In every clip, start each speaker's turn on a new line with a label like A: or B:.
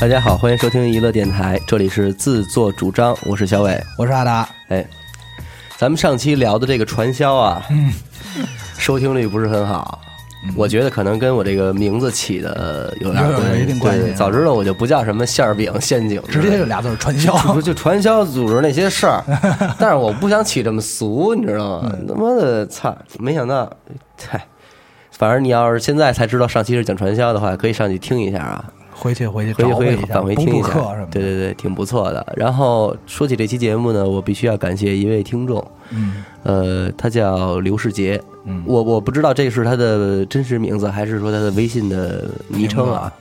A: 大家好，欢迎收听娱乐电台，这里是自作主张，我是小伟。
B: 我是阿达，
A: 哎，咱们上期聊的这个传销啊，
B: 嗯
A: 收听率不是很好，我觉得可能跟我这个名字起的有点
B: 有嗯有
A: 关系。
B: 一定关系啊
A: 对，早知道我就不叫什么馅儿饼、陷阱之
B: 直
A: 类的，
B: 接就俩字儿传销。
A: 不就传销组织那些事 儿，但是我不想起这么俗，你知道
B: 嗯
A: 吗？他妈的，操！没想到，嗨，反正你要是现在才知道上期是讲传销的话，可以上去听一下啊，
B: 回去回去
A: 回
B: 找
A: 回
B: 一下，
A: 返回
B: 补
A: 听
B: 补
A: 一下
B: 课什么的。，
A: 对对对，挺不错的。然后说起这期节目呢，我必须要感谢一位听众，
B: 嗯，
A: 呃，他叫刘世杰，我我不知道这是他的真实名字还是说他的微信的昵称啊。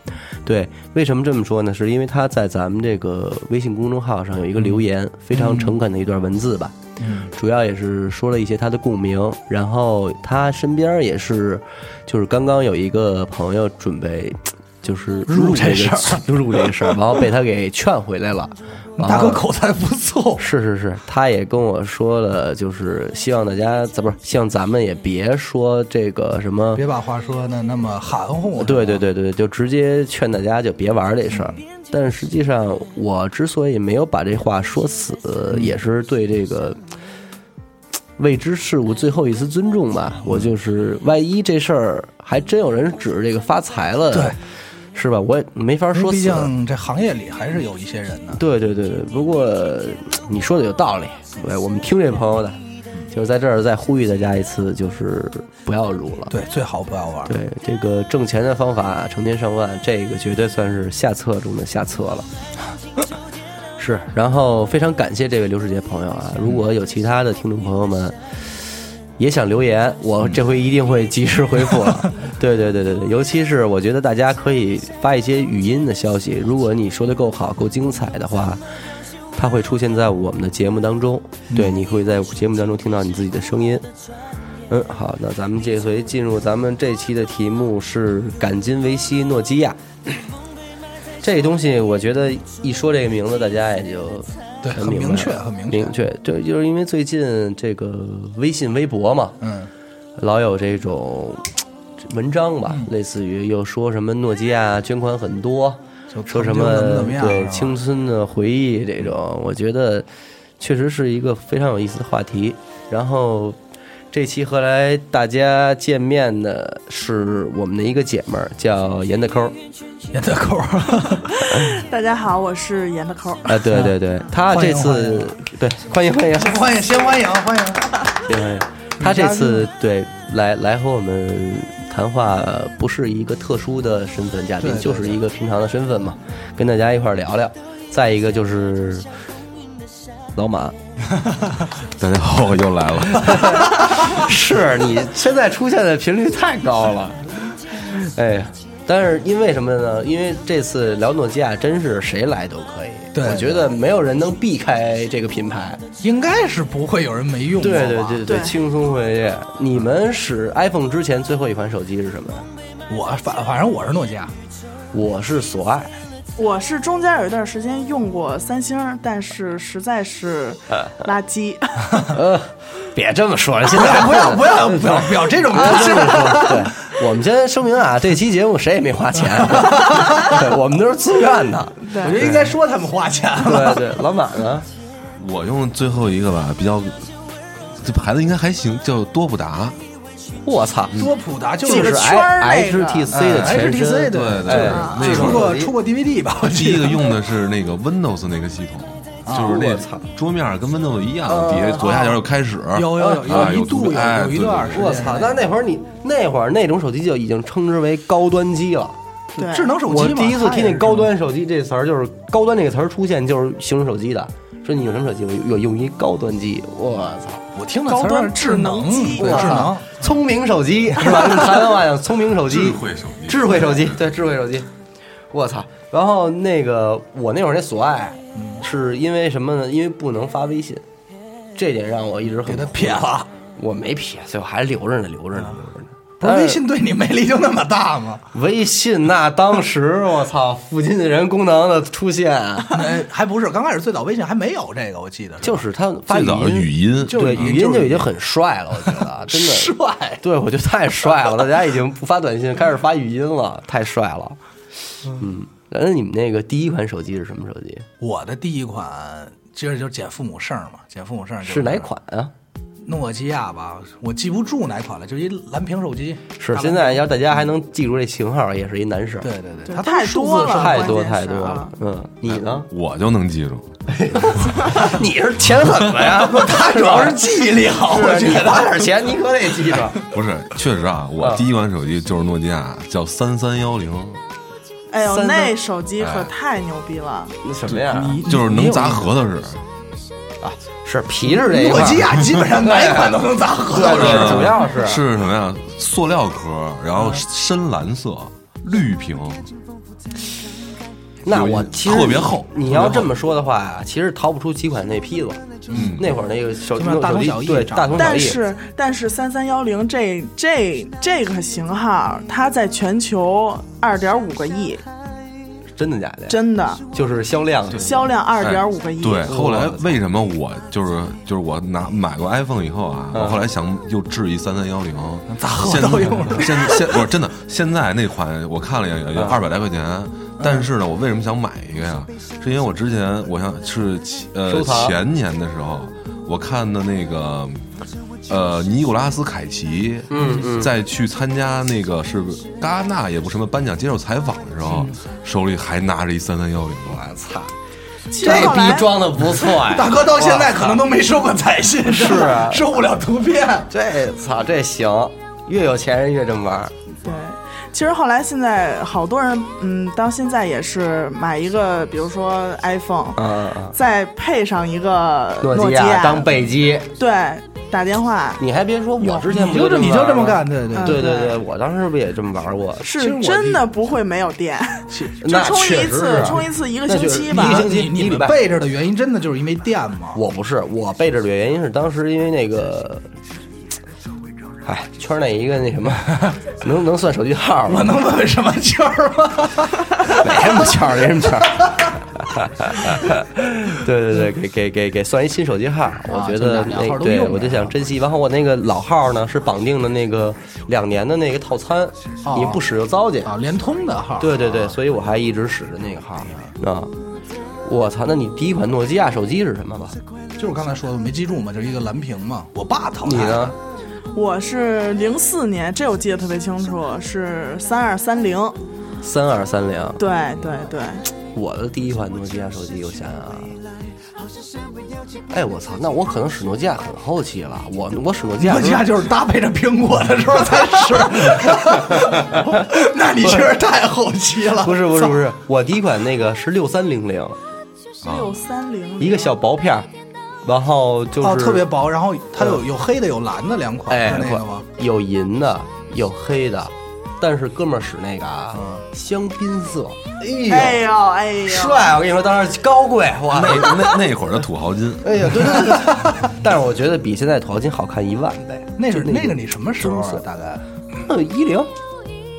A: 对，为什么这么说呢？是因为他在咱们这个微信公众号上有一个留言，非常诚恳的一段文字吧，
B: 嗯
A: 主要也是说了一些他的共鸣，然后他身边也是，就是刚刚有一个朋友准备。就是
B: 入
A: 这
B: 这
A: 个
B: 事
A: 儿，入这个事儿，然后被他给劝回来了。然
B: 大
A: 后
B: 哥口才不错，
A: 是是是，他也跟我说了，就是希望大家，咱不是希望咱们也别说这个什么，
B: 别把话说的那么含糊。
A: 对对对对，就直接劝大家就别玩这事儿。
B: 嗯
A: 但实际上，我之所以没有把这话说死，也是对这个未知事物最后一丝尊重
B: 嗯
A: 吧。我就是，万一这事儿还真有人指着这个发财了，
B: 对，
A: 是吧？我也没法
B: 因为
A: 说
B: 毕
A: 死。
B: 竟这行业里还是有一些人的。
A: 对对对对，不过呃你说的有道理，对我们听这朋友的，就是在这儿再呼吁大家一次，就是不要撸了。
B: 对，最好不要玩。
A: 对这个挣钱的方法，成千上万，这个绝对算是下策中的下策了。是，然后非常感谢这位刘世杰朋友啊！如果有其他的听众朋友们也想留言，我这回一定会及时回复了。对对对对对，尤其是我觉得大家可以发一些语音的消息，如果你说的够好、够精彩的话。它会出现在我们的节目当中，
B: 嗯
A: 对，你会在节目当中听到你自己的声音。嗯，好，那咱们这回进入咱们这期的题目是赶金维 C 诺基 亚。这东西我觉得一说这个名字，大家也就
B: 对很
A: 明白
B: 明确
A: 了
B: 很明确
A: 明确。就就是因为最近这个微信、微博嘛，
B: 嗯，
A: 老有这种嘖文章
B: 嗯
A: 吧，类似于又说什么诺基亚捐款很多，
B: 就
A: 说什
B: 曾经
A: 么
B: 怎么怎么样？啊
A: 对
B: 是吧
A: 青春的回忆这种，我觉得确实是一个非常有意思的话题。然后这期和来大家见面的是我们的一个姐们儿，叫严的抠 儿
B: 严德口，
C: 大家好，我是严的抠。
A: 啊，对对对，她
B: 欢
A: 这
B: 迎欢
A: 次
B: 迎
A: 对欢迎欢迎
B: 先欢迎，先欢迎，欢迎。
A: 欢迎，她这次对来来和我们。谈话呃不是一个特殊的身份嘉宾，
B: 对对
A: 就是
B: 对
A: 一个平常的身份嘛，跟大家一块儿聊聊。再一个就是老马，
D: 大家好，我哦又来了。
A: 是你现在出现的频率太高了，哎呀，但是因为什么呢？因为这次聊诺基亚，真是谁来都可以。
B: 对
A: 我觉得没有人能避开这个品牌。
B: 应该是不会有人没用过
A: 对
B: 吧？
A: 对对
C: 对
A: 轻松回去。你们使 iPhone 之前最后一款手机是什么？
B: 我反反正我是诺基亚，
A: 我是索爱，
C: 我是中间有一段时间用过三星，但是实 在是垃圾。
A: 呃，别这么 说，现在
B: 不要不要不要不要这 种东
A: 啊，
B: 西
A: 这。么 说，对，我们先声明啊，这期节目谁也没花钱， 对我们都是自愿的。
C: 对
B: 我觉得应该说他们花钱了。
A: 对对，老马呢？
D: 我用最后一个吧，比较这牌子应该还行，叫多普
B: 啊
D: 达。
A: 我操，
B: 多普达就
C: 几
A: 就
C: 个
A: 是
C: 圈儿
A: I
C: 那个
B: 嗯
A: HTC 的前身，
B: HTC
D: 对
B: 的，就
D: 对
B: 是
D: 哎
B: 就
D: 那
B: 出
D: 会
B: 过
A: 儿
B: 出过 DVD 吧？我
D: 第
B: 记
D: 一
B: 得
D: 个用的是那个 Windows 那个系统，
B: 啊
D: 就是
A: 我操
D: 那桌面跟 Windows 一样，底下左下角有开始，
B: 呃有有有
D: 啊
B: 有一度有
D: 哎
B: 有一
D: 对
B: 段
D: 对
B: 是
D: 对
A: 我操！但那会儿你那会儿那种手机就已经称之为高端机了。
C: 对，
B: 智能手机
A: 我
B: 嘛。
A: 第一次
B: 它也
A: 听
B: 是
A: 见“高端手机”这词儿，就是“高端”这个词儿出现，就是形容手机的。说你用什么手机？我我用一高端机。我操！
B: 我听的
C: 高端
B: 词儿智能，啊
C: 智能机
B: 对
A: 我
B: 智能
A: 操，聪明手 机是吧？用台湾话讲，聪明手机，
D: 智慧手机
A: 智慧手机，对，智慧手机。我操！然后那个我那会儿那索爱，是因为什么呢？因为不能发微信，这点让我一直很
B: 给它撇了。
A: 我没撇，最后还留着呢，留着呢，留着呢。
B: 不是微信对你魅力就那么大吗？
A: 微信那当时我操，附近的人功能的出现，啊
B: 哎，还不是，刚开始最早微信还没有这个，我记得是
A: 就是他发
D: 最早的
A: 语
D: 语音
A: 就
B: 对
A: 对语
B: 语
A: 音
B: 音
A: 就已经很帅了，我觉得啊真 的。
B: 帅。
A: 对，我觉得太帅了，大家已经不发短信，开始发语音了，太帅了。嗯，那你们那个第一款手机是什么手机？
B: 我的第一款其实就是捡父母剩儿嘛，捡父母剩儿就是
A: 哪？款啊？
B: 诺基亚吧，我记不住哪款了，就一蓝屏手机。
A: 是
B: 大蓝
A: 现在要大家还能记住这型号，也是一难事儿
B: 屏。。对对
C: 对
B: 对，它
C: 太
B: 数字
C: 多了
B: 是
A: 太多
C: 关键
A: 太
C: 是
A: 多了
C: 啊，
A: 嗯，你呢？
D: 我就能记住。
A: 你是钱狠子呀？ 他主 要是
B: 啊
A: 记忆力好，我觉得花点钱你可得记住。
D: 不是，确实啊，我
A: 啊
D: 第一款手机就是诺基亚，叫三三幺零，
C: 哎呦，
A: 三哎三
C: 那手机可太牛逼了！
A: 那什么呀？
D: 就是能砸核桃似的。
A: 是皮质这一块
B: 诺
A: 儿，
B: 基亚基本 上哪一款都能砸核桃
A: 对
B: 是吧啊
A: 主要是
D: 呃是什么呀？塑料壳，然后深蓝色，绿屏，
A: 那我其实
D: 特别厚
A: 你要这么说的话呀，其实逃不出几款那坯子。嗯，那会儿那个手
B: 基本上大同小异
A: 对
B: 长
A: 大同小
C: 但
A: 异。
C: 是但是三三幺零这这这个型号，它在全球二点五个亿，
A: 真的假的？
C: 真的
A: 就是销量是吗
C: 销量二
D: 哎
C: 点五个亿。
D: 对，后来为什么我就是就是我拿买过 iPhone 以后啊，我后来想又置一三三幺零，
B: 砸核
D: 现在
B: 桃用的。
D: 现现不是真的，现在那款我看了一眼，也就二百来块钱。但是呢，我为什么想买一个呀？是因为我之前我想是前呃
A: 收藏
D: 前年的时候，我看的那个呃尼古拉斯凯奇，嗯嗯，在去参加那个是戛纳也不什么颁奖接受采访的时候，手里还拿着一三三幺零。啊
A: 我操，
C: 其
A: 这
C: 实后来
A: 逼装的不错呀，
B: 大哥到现在可能都没收过 彩信，是
A: 啊
B: 收不了图片。
A: 这哎操这行，越有钱人越这么玩儿。
C: 对，其实后来现在好多人，嗯，到现在也是买一个，比如说 iPhone，、
A: 嗯，嗯
C: 再配上一个
A: 嗯
C: 诺
A: 基亚
C: 亚
A: 当备机，
C: 对打电话，
A: 你还别说，我之前不
B: 你就
A: 这
B: 这你就这么干，
A: 对
B: 对
A: 对
B: 对。
A: 对对，我当时不也这么玩过？
B: 其实
C: 是
B: 我
C: 真的不会没有电，
A: 那
C: 就充
A: 确实
C: 一
A: 啊
C: 次
A: 是，
C: 充一次一个
A: 那
C: 星
A: 确实
B: 嗯
C: 期吧
A: 一个星期，
B: 你
A: 一
B: 你
A: 礼
B: 们
A: 拜。
B: 备着的原因真的就是因为电吗？
A: 我不是，我背着的原因是当时因为那个，哎，圈内一个那什么， 能能算手机号吗
B: 我？能问问什么圈儿吗？
A: 没什么圈儿，没什么圈儿。 对对对，给给给给算一新手机号，我觉
B: 啊就
A: 得
B: 两两
A: 那
B: 号都
A: 对
B: 用啊着
A: 我就想珍惜。然后我那个老号呢是绑定的那个两年的那个套餐，
B: 哦
A: 你不使就糟践。
B: 啊，联通的号。
A: 对对对，所以我还一直使着那个号啊。我操，那你第一款诺基亚手机是什么吧？
B: 就是我刚才说的，我没记住嘛，就是一个蓝屏嘛。我爸啊淘汰
A: 你呢
B: 的，？
C: 我是零四年，这我记得特别清楚，是三二三零。
A: 三二三零。
C: 对对对，
A: 啊我的第一款诺基亚手机，我想想啊，哎，我操，那我可能使诺基亚很后期了。我我使诺基亚
B: 诺
A: 的时
B: 基
A: 候，
B: 亚就是搭配着苹果的时候才 是。那你确实太后期了。
A: 不是不是不 是，我第一款那个是六三零零，
C: 六三零
A: 一个小薄片儿，然后就是、
B: 哦，特别薄，然后它有有黑的有蓝的两
A: 嗯
B: 款，
A: 哎
B: 是，那个吗？
A: 有银的，有黑的，但是哥们儿使那个啊，
B: 嗯
A: 香槟色，
C: 哎呦哎呦，
A: 帅！我跟你说，当时高贵，哇！
D: 那那那会儿的土豪金，
A: 哎呀，对对对， 但是我觉得比现在土豪金好看一万倍。
B: 那是
A: 就那
B: 那个你什么时候
A: 棕色
B: 啊？大概啊
A: 一零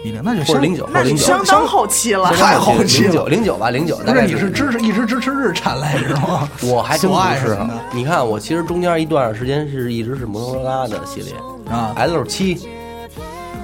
B: 一零，那就
A: 或者
B: 相
A: 零九，
C: 那
A: 或者
C: 你
A: 零九，
C: 相当后期了。
B: 太后期
A: 零九
B: 了
A: 零九吧，零九。？
B: 不是你是支持一直支持日产来着吗
A: 我还真不
B: 索爱
A: 是啊
B: 什么。
A: 你看，我其实中间一段时间是一直是摩托罗拉的系列
B: 的啊，
A: L 七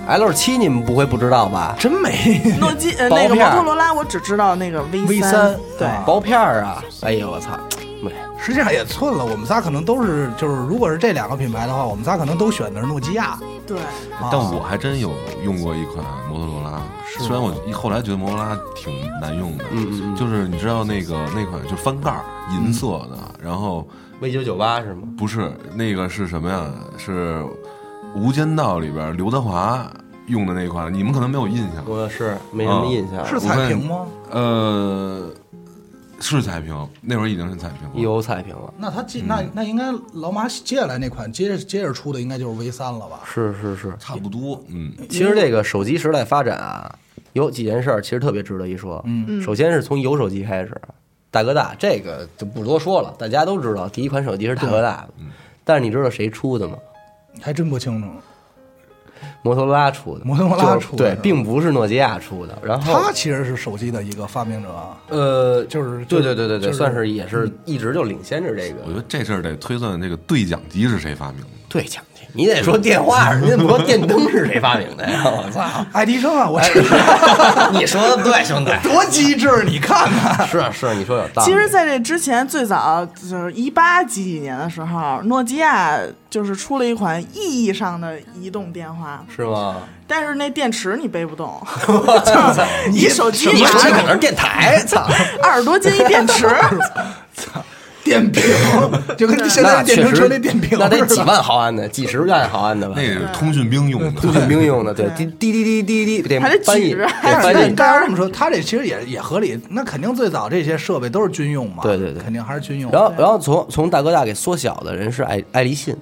A: ，L 七你们不会不知道吧？
B: 真没。
C: 诺基呃
A: 薄
C: 那个
A: 片
C: 摩
A: 儿
C: 托罗拉，我只知道那个 V
A: 三
C: 对，
B: 啊
A: 薄片儿啊！哎呀，我操！没，
B: 实际上也寸了，我们仨可能都是，就是如果是这两个品牌的话，我们仨可能都选的是诺基亚。
C: 对，
B: 啊
D: 但我还真有用过一款摩托罗拉，虽然我后来觉得摩托罗拉挺难用的，
A: 嗯嗯
D: 就是你知道那个那款就翻盖儿银色的，然后
A: V 九九八是吗？
D: 不是那个是什么呀？是《无间道》里边刘德华用的那款，你们可能没有印象。
A: 我是没什么印象。
B: 是彩屏吗？
D: 呃，是彩屏，那会儿已经是彩屏了。
A: 有彩屏了。
B: 那他接那那应该老马接下来那款接着接着出的应该就是 V 三了吧？
A: 是是是，
D: 差不多，嗯，
A: 其实这个手机时代发展啊，有几件事儿其实特别值得一说。嗯，首先是从有手机开始，大哥大这个就不多说了，大家都知道，第一款手机是大哥大的。
B: 嗯
A: 但是你知道谁出的吗？
B: 还真不清楚。
A: 哦摩托罗拉出的，
B: 摩托罗拉
A: 就是
B: 出的
A: 对
B: 是，吧
A: 并不是诺基亚出的。然后
B: 他其实是手机的一个发明者，啊
A: 呃，
B: 就是
A: 对对对对对，
B: 就是
A: 算是嗯也是一直就领先着这
D: 我觉
A: 个
D: 得这事儿得推算这个对讲机是谁发明的。
A: 对讲机。你得说电话，人家不说电灯是谁发明的呀？我操！
B: 爱迪生啊，我这
A: 哎 你说的对，兄弟，
B: 多机智，你看 看。
A: 是啊是，你说有道理。
C: 其实，在这之前，最早就是一八几几年的时候，诺基亚就是出了一款意义上的移动电话，
A: 是 吗？
C: 但是那电池你背 不动，就是你手机
A: 你
C: 拿
A: 说这可能
C: 着
A: 是电台，哎操！
C: 二十多斤一电 池，
B: 电瓶就跟现 在
A: 那
B: 电
A: 确
B: 瓶
A: 实
B: 车那电瓶，
A: 那得几万毫安的，几十万毫安的吧？
D: 那是通讯兵用的，
A: 很兵用的，对，滴滴滴滴滴滴，得
C: 还得
A: 翻译，
C: 举着
A: 得
C: 还
A: 翻
B: 但
A: 译。
B: 但是这么说，他这其实也也合理。那肯定最早这些设备都是军用嘛，
A: 对对对
B: 肯定还是军用。
A: 然后，然后从从大哥大给缩小的人是爱爱立信，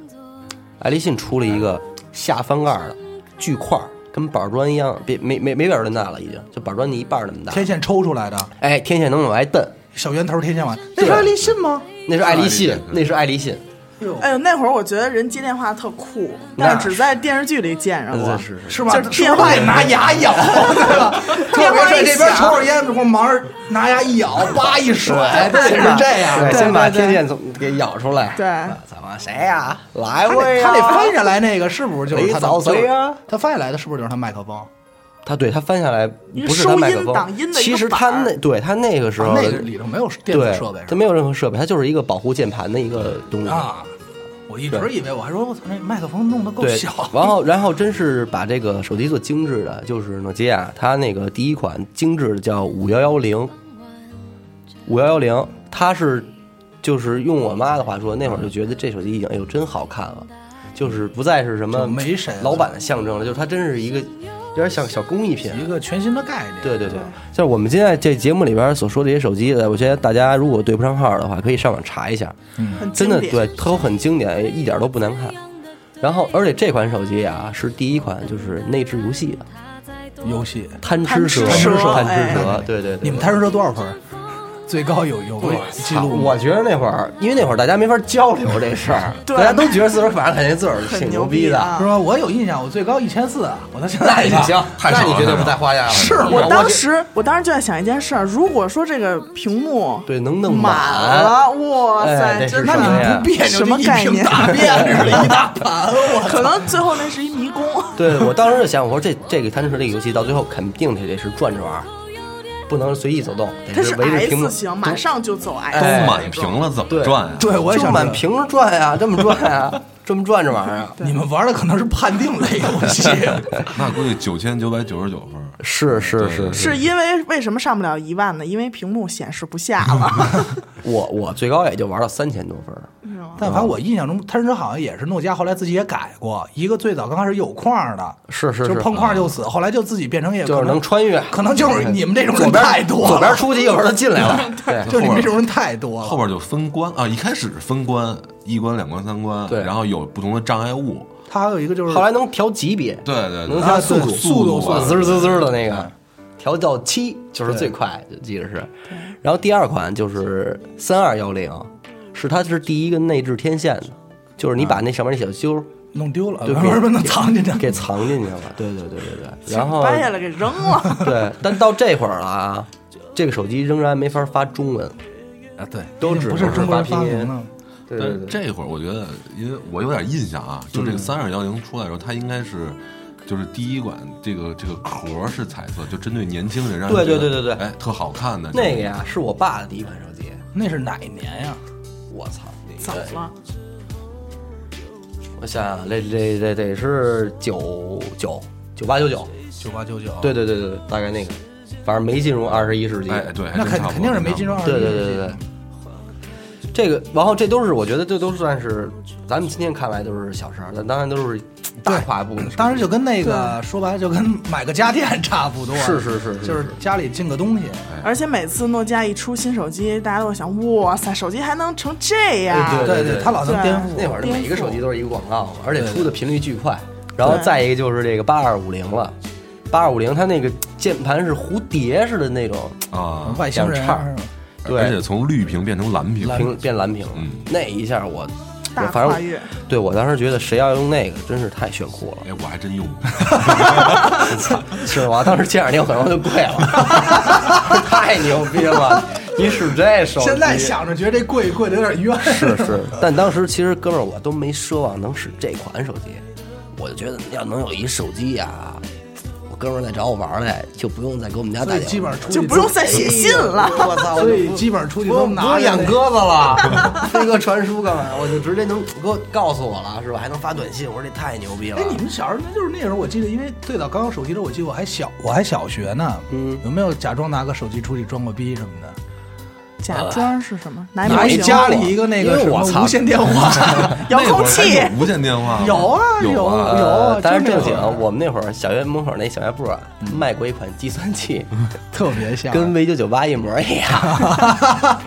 A: 爱立信出了一个下翻盖的锯块儿，跟板砖一样，别没没没板砖大了，已经就板砖的一半那么大。
B: 天线抽出来的
A: 哎，天线能往外蹬，
B: 小圆头天线碗，那是爱立信吗？
A: 那是爱立信
D: 是爱立信，
A: 那是爱立信，
C: 哎呦，那会儿我觉得人接电话特酷，但是只在电视剧里见着过。
A: 是是。
B: 是吧？
C: 嗯就是电话
B: 是不是得拿牙咬， 对吧？特别是这边抽会儿烟，这会儿忙着拿牙一咬，叭一甩，哎对，是这样
A: 对，
B: 的。
A: 先把天线从给咬出来。
C: 对
A: 啊怎么谁呀？来啊
B: 他
A: 我
B: 得
A: 呀！
B: 他得翻下来那个是不是就是他
A: 雷早
B: 就是
A: 谁呀
B: 他翻下来的是不是就是他麦克风？啊
A: 他对他翻下来
C: 一个
A: 不是他麦克
C: 收音挡音
A: 风，
C: 的一个
A: 其实他
C: 板儿
A: 那对他那个时
B: 啊
A: 候
B: 那个里头没有电子
A: 对
B: 设备是
A: 它
B: 吧
A: 没有任何设备，它就是一个保护键盘的一个东西。
B: 啊？我一直以为我还说我操那麦克风弄得够
A: 对
B: 小，，
A: 然后然后真是把这个手机做精致的，就是诺基亚，它那个第一款精致的叫五幺幺零，五幺幺零，它是就是用我妈的话说，那会儿就觉得这手机已经哎呦真好看了，就是不再是什么
B: 就没神了
A: 老板的象征了，就是它真是一个有点像小工艺品，
B: 一个全新的概念。
A: 对对对，像我们现在这节目里边所说的这些手机，我觉得大家如果对不上号的话，可以上网查一下，
C: 很
A: 真
C: 经
A: 的
C: 典
A: 对，都很经典，一点都不难看。然后，而且这款手机啊，是第一款就是内置游戏的，
B: 游戏，
A: 贪吃蛇，
C: 贪吃蛇
A: 贪
C: 哎
A: 吃蛇，对对对。
B: 你们贪吃蛇多少分儿？最高有有过记
A: 好
B: 录吗？
A: 我觉得那会儿，因为那会儿大家没法交流这事儿，
C: 对
A: 大家都觉得自个儿反正肯定自个儿挺
C: 很牛
A: 逼
C: 逼
A: 的。
C: 啊
B: 是吧？我有印象，我最高一千四，啊我到 现
A: 那
B: 在
A: 也
B: 也
A: 行，
D: 太
A: 那
D: 少了
A: 你绝对不在话下了。
B: 是吗
A: 我
C: 我当时，我当时就在想一件事儿：如果说这个屏幕
A: 对能弄
C: 满了，哇
A: 哎
C: 塞，
A: 这是
C: 真的
A: 什么呀
B: 不别扭，
C: 什么概
B: 就一
C: 念
B: 瓶？大便 似 的，一大盘，我
C: 可能最后那是一迷宫。
A: 对，我当时就想，我说这这个贪吃蛇这个游戏到最后肯定得得是转着玩儿，不能随意走动，
C: 它
A: 得
C: 是
A: 围着屏幕
C: S 型，马上就走 S
D: 都
A: 哎
C: 型
D: 满屏了，怎么转啊？
B: 对，我也
A: 就
B: 想
A: 满
B: 知道。
A: 屏着转啊，这么转啊，这么转着玩儿啊。
B: 你们玩的可能是判定类 游戏，
D: 那估计九千九百九十九分儿。
A: 是是是，
C: 是因为为什么上不了一万呢？因为屏幕显示不下 了。
A: 我我最高也就玩到三千多分儿，
B: 但凡我印象中，贪吃蛇好像也是诺基亚后来自己也改过，一个最早刚开始有框的，
A: 是是是
B: 就碰框就死，后来就自己变成也
A: 就是
B: 可
A: 能穿越，
B: 可能就是你们这种
A: 左
B: 人
A: 边
B: 太多了，
A: 左边出去，右边就进来了。对，
B: 就是你们这种人太多了。
D: 后边就分关啊，一开始是分关，一关、两关、三关，
A: 对
D: 然后有不同的障碍物，
B: 他还有一个就是
A: 后来能调级别，
D: 对对对，
A: 能调
B: 啊
A: 速
B: 对
A: 度，
B: 速度
A: 啊
D: 啊
A: 滋儿滋儿滋儿的那个，调到七就是最快，就记着是。然后第二款就是三二幺零，是它是第一个内置天线的，就是你把那上面那小揪儿
B: 弄丢了，
A: 就
B: 不是不是能藏进去，
A: 给藏进去了。对对对对对。然后
C: 掰下来给扔了。
A: 对，但到这会儿了啊，这个手机仍然没法发中文。
B: 啊，对，
A: 都只
B: 不是中国人
A: 发
B: 发
A: 拼音
B: 明的。
A: 对
D: 但是这会儿我觉得，因为我有点印象啊，就这个三二幺零出来的时候，它应该是。就是第一款这个这个壳是彩色，就针对年轻人，让人
A: 对对
D: 觉得
A: 对对对
D: 哎，特好看的
A: 那个呀，是我爸的第一款手机。
B: 那是哪一年呀？
A: 我操！
C: 怎么了？
A: 我想想，这这这得是九九九八九九，
B: 九八九九，
A: 对，对对对，对大概那个，反正没进入二十一世纪。
D: 哎，对，还
B: 那
D: 真
B: 肯
D: 差不多
B: 肯定是没进入。二十
A: 对
B: 一世纪。
A: 对对对对。这个，然后这都是我觉得这都算是咱们今天看来都是小事儿，但当然都是大跨步的事儿。
B: 当时就跟那个说白了就跟买个家电差不多，
A: 是是是是
B: 就是家里进个东西，
C: 而且每次诺基亚一出新手机，大家都会想：哇塞，手机还能成这
A: 哎
C: 样
A: 对？
B: 对
A: 对
B: 他老能颠覆。
A: 那会儿
C: 颠覆
A: 每一个手机都是一个广告嘛，而且出的频率巨快。然后
C: 对
A: 再一个就是这个八二五零了，八二五零它那个键盘是蝴蝶似的那种，
D: 啊，
B: 外星人
A: 两叉
D: 而
A: 对
D: 且，从绿屏变成蓝屏，
A: 屏变蓝屏了
D: 嗯。
A: 那一下我，我
C: 大
A: 反
C: 跨
A: 正
C: 越，
A: 对我当时觉得谁要用那个真是太炫酷
D: 哎，我还真用过。
A: 了，是吧？当时见着你我可能就跪了， 太牛逼了！你使这手机，
B: 现在想着觉得这贵贵的有点冤。
A: 是是，但当时其实哥们儿我都没奢望能使这款手机，我就觉得要能有一手机啊，我哥们儿来找我玩儿来，就不用再给我们家打
B: 所以
A: 电
B: 基
A: 话
B: 本。上出去
C: 就不用 再写信了。
B: 我 操！所以基本上出去
A: 不
B: 都
A: 用不
B: 拿
A: 用
B: 着
A: 养
B: 那
A: 鸽子了， 飞鸽传书干嘛？我就直接能给我告诉我了，是吧？还能发短信，我说这太牛逼了
B: 哎，。你们小时候就是那时候，我记得，因为最早刚有手机的时候，我记得我还小，我还小学呢。
A: 嗯
B: 有没有假装拿个手机出去装个逼什么的？
C: 假装是什么？拿
B: 拿
C: 模
B: 一
C: 型
B: 家里一个那个
A: 因
B: 什
A: 为我
B: 么
A: 操
B: 无线电话，
C: 遥
D: 那会
C: 控
D: 儿还
C: 器，
D: 有无线电话吗
B: 有啊
D: 有
B: 有
D: 啊，
B: 啊嗯
A: 但是
B: 真的
A: 呃正经
B: 有，
A: 我们那会儿小学门口那小卖部啊，卖过一款计算 器，
B: 特别像。
A: 跟 V 九九八一模一 样。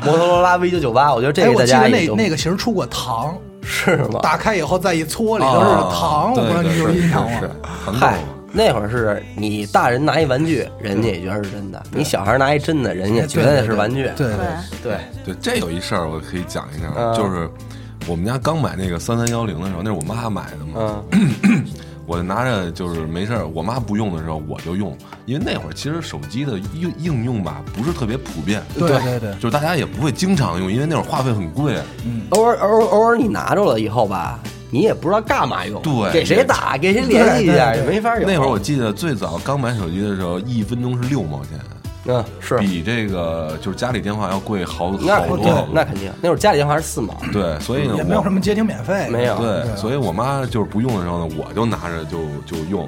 A: 摩托罗拉 V 九九八，我觉得这
B: 哎，
A: 个
B: 我
A: 大
B: 记
A: 家
B: 得
A: 也哦
B: 那
A: 就
B: 那个型出过糖，
A: 是吗？
B: 打开以后再一搓里头是
A: 哦
D: 啊
B: 糖，我不知道
D: 对
B: 你
D: 对
B: 有
D: 是
B: 印象啊
D: 是
B: 吗
D: 是？糖豆
A: 嗨，那会儿是你大人拿一玩具，人家也觉得是真的；你小孩拿一真的，人家觉得是玩具。
B: 哎对
C: 对，
A: 对，
D: 对，这有一事儿我可以讲一下，
A: 嗯
D: 就是我们家刚买那个三三幺零的时候，那是我妈买的嘛，
A: 嗯，
D: 我就拿着就是没事儿，我妈不用的时候我就用，因为那会儿其实手机的应应用吧不是特别普遍，
B: 对对嗯对
D: 就是大家也不会经常用，因为那会儿话费很贵，
A: 偶尔偶尔偶尔你拿着了以后吧，你也不知道干嘛用，
D: 对
A: 给谁打，给谁联系一下，也没法用。
D: 那会儿我记得最早刚买手机的时候，一分钟是六毛钱，
A: 嗯是，
D: 比这个就是家里电话要贵好
A: 那
D: 好
A: 肯
D: 多
A: 定
D: 好，
A: 那
D: 多。
A: 肯定，那会儿家里电话是四毛，
D: 对，所以呢，
B: 也没有
D: 我
B: 什么接听免费，
A: 嗯没有
D: 对，所以我妈就是不用的时候呢，我就拿着就就用。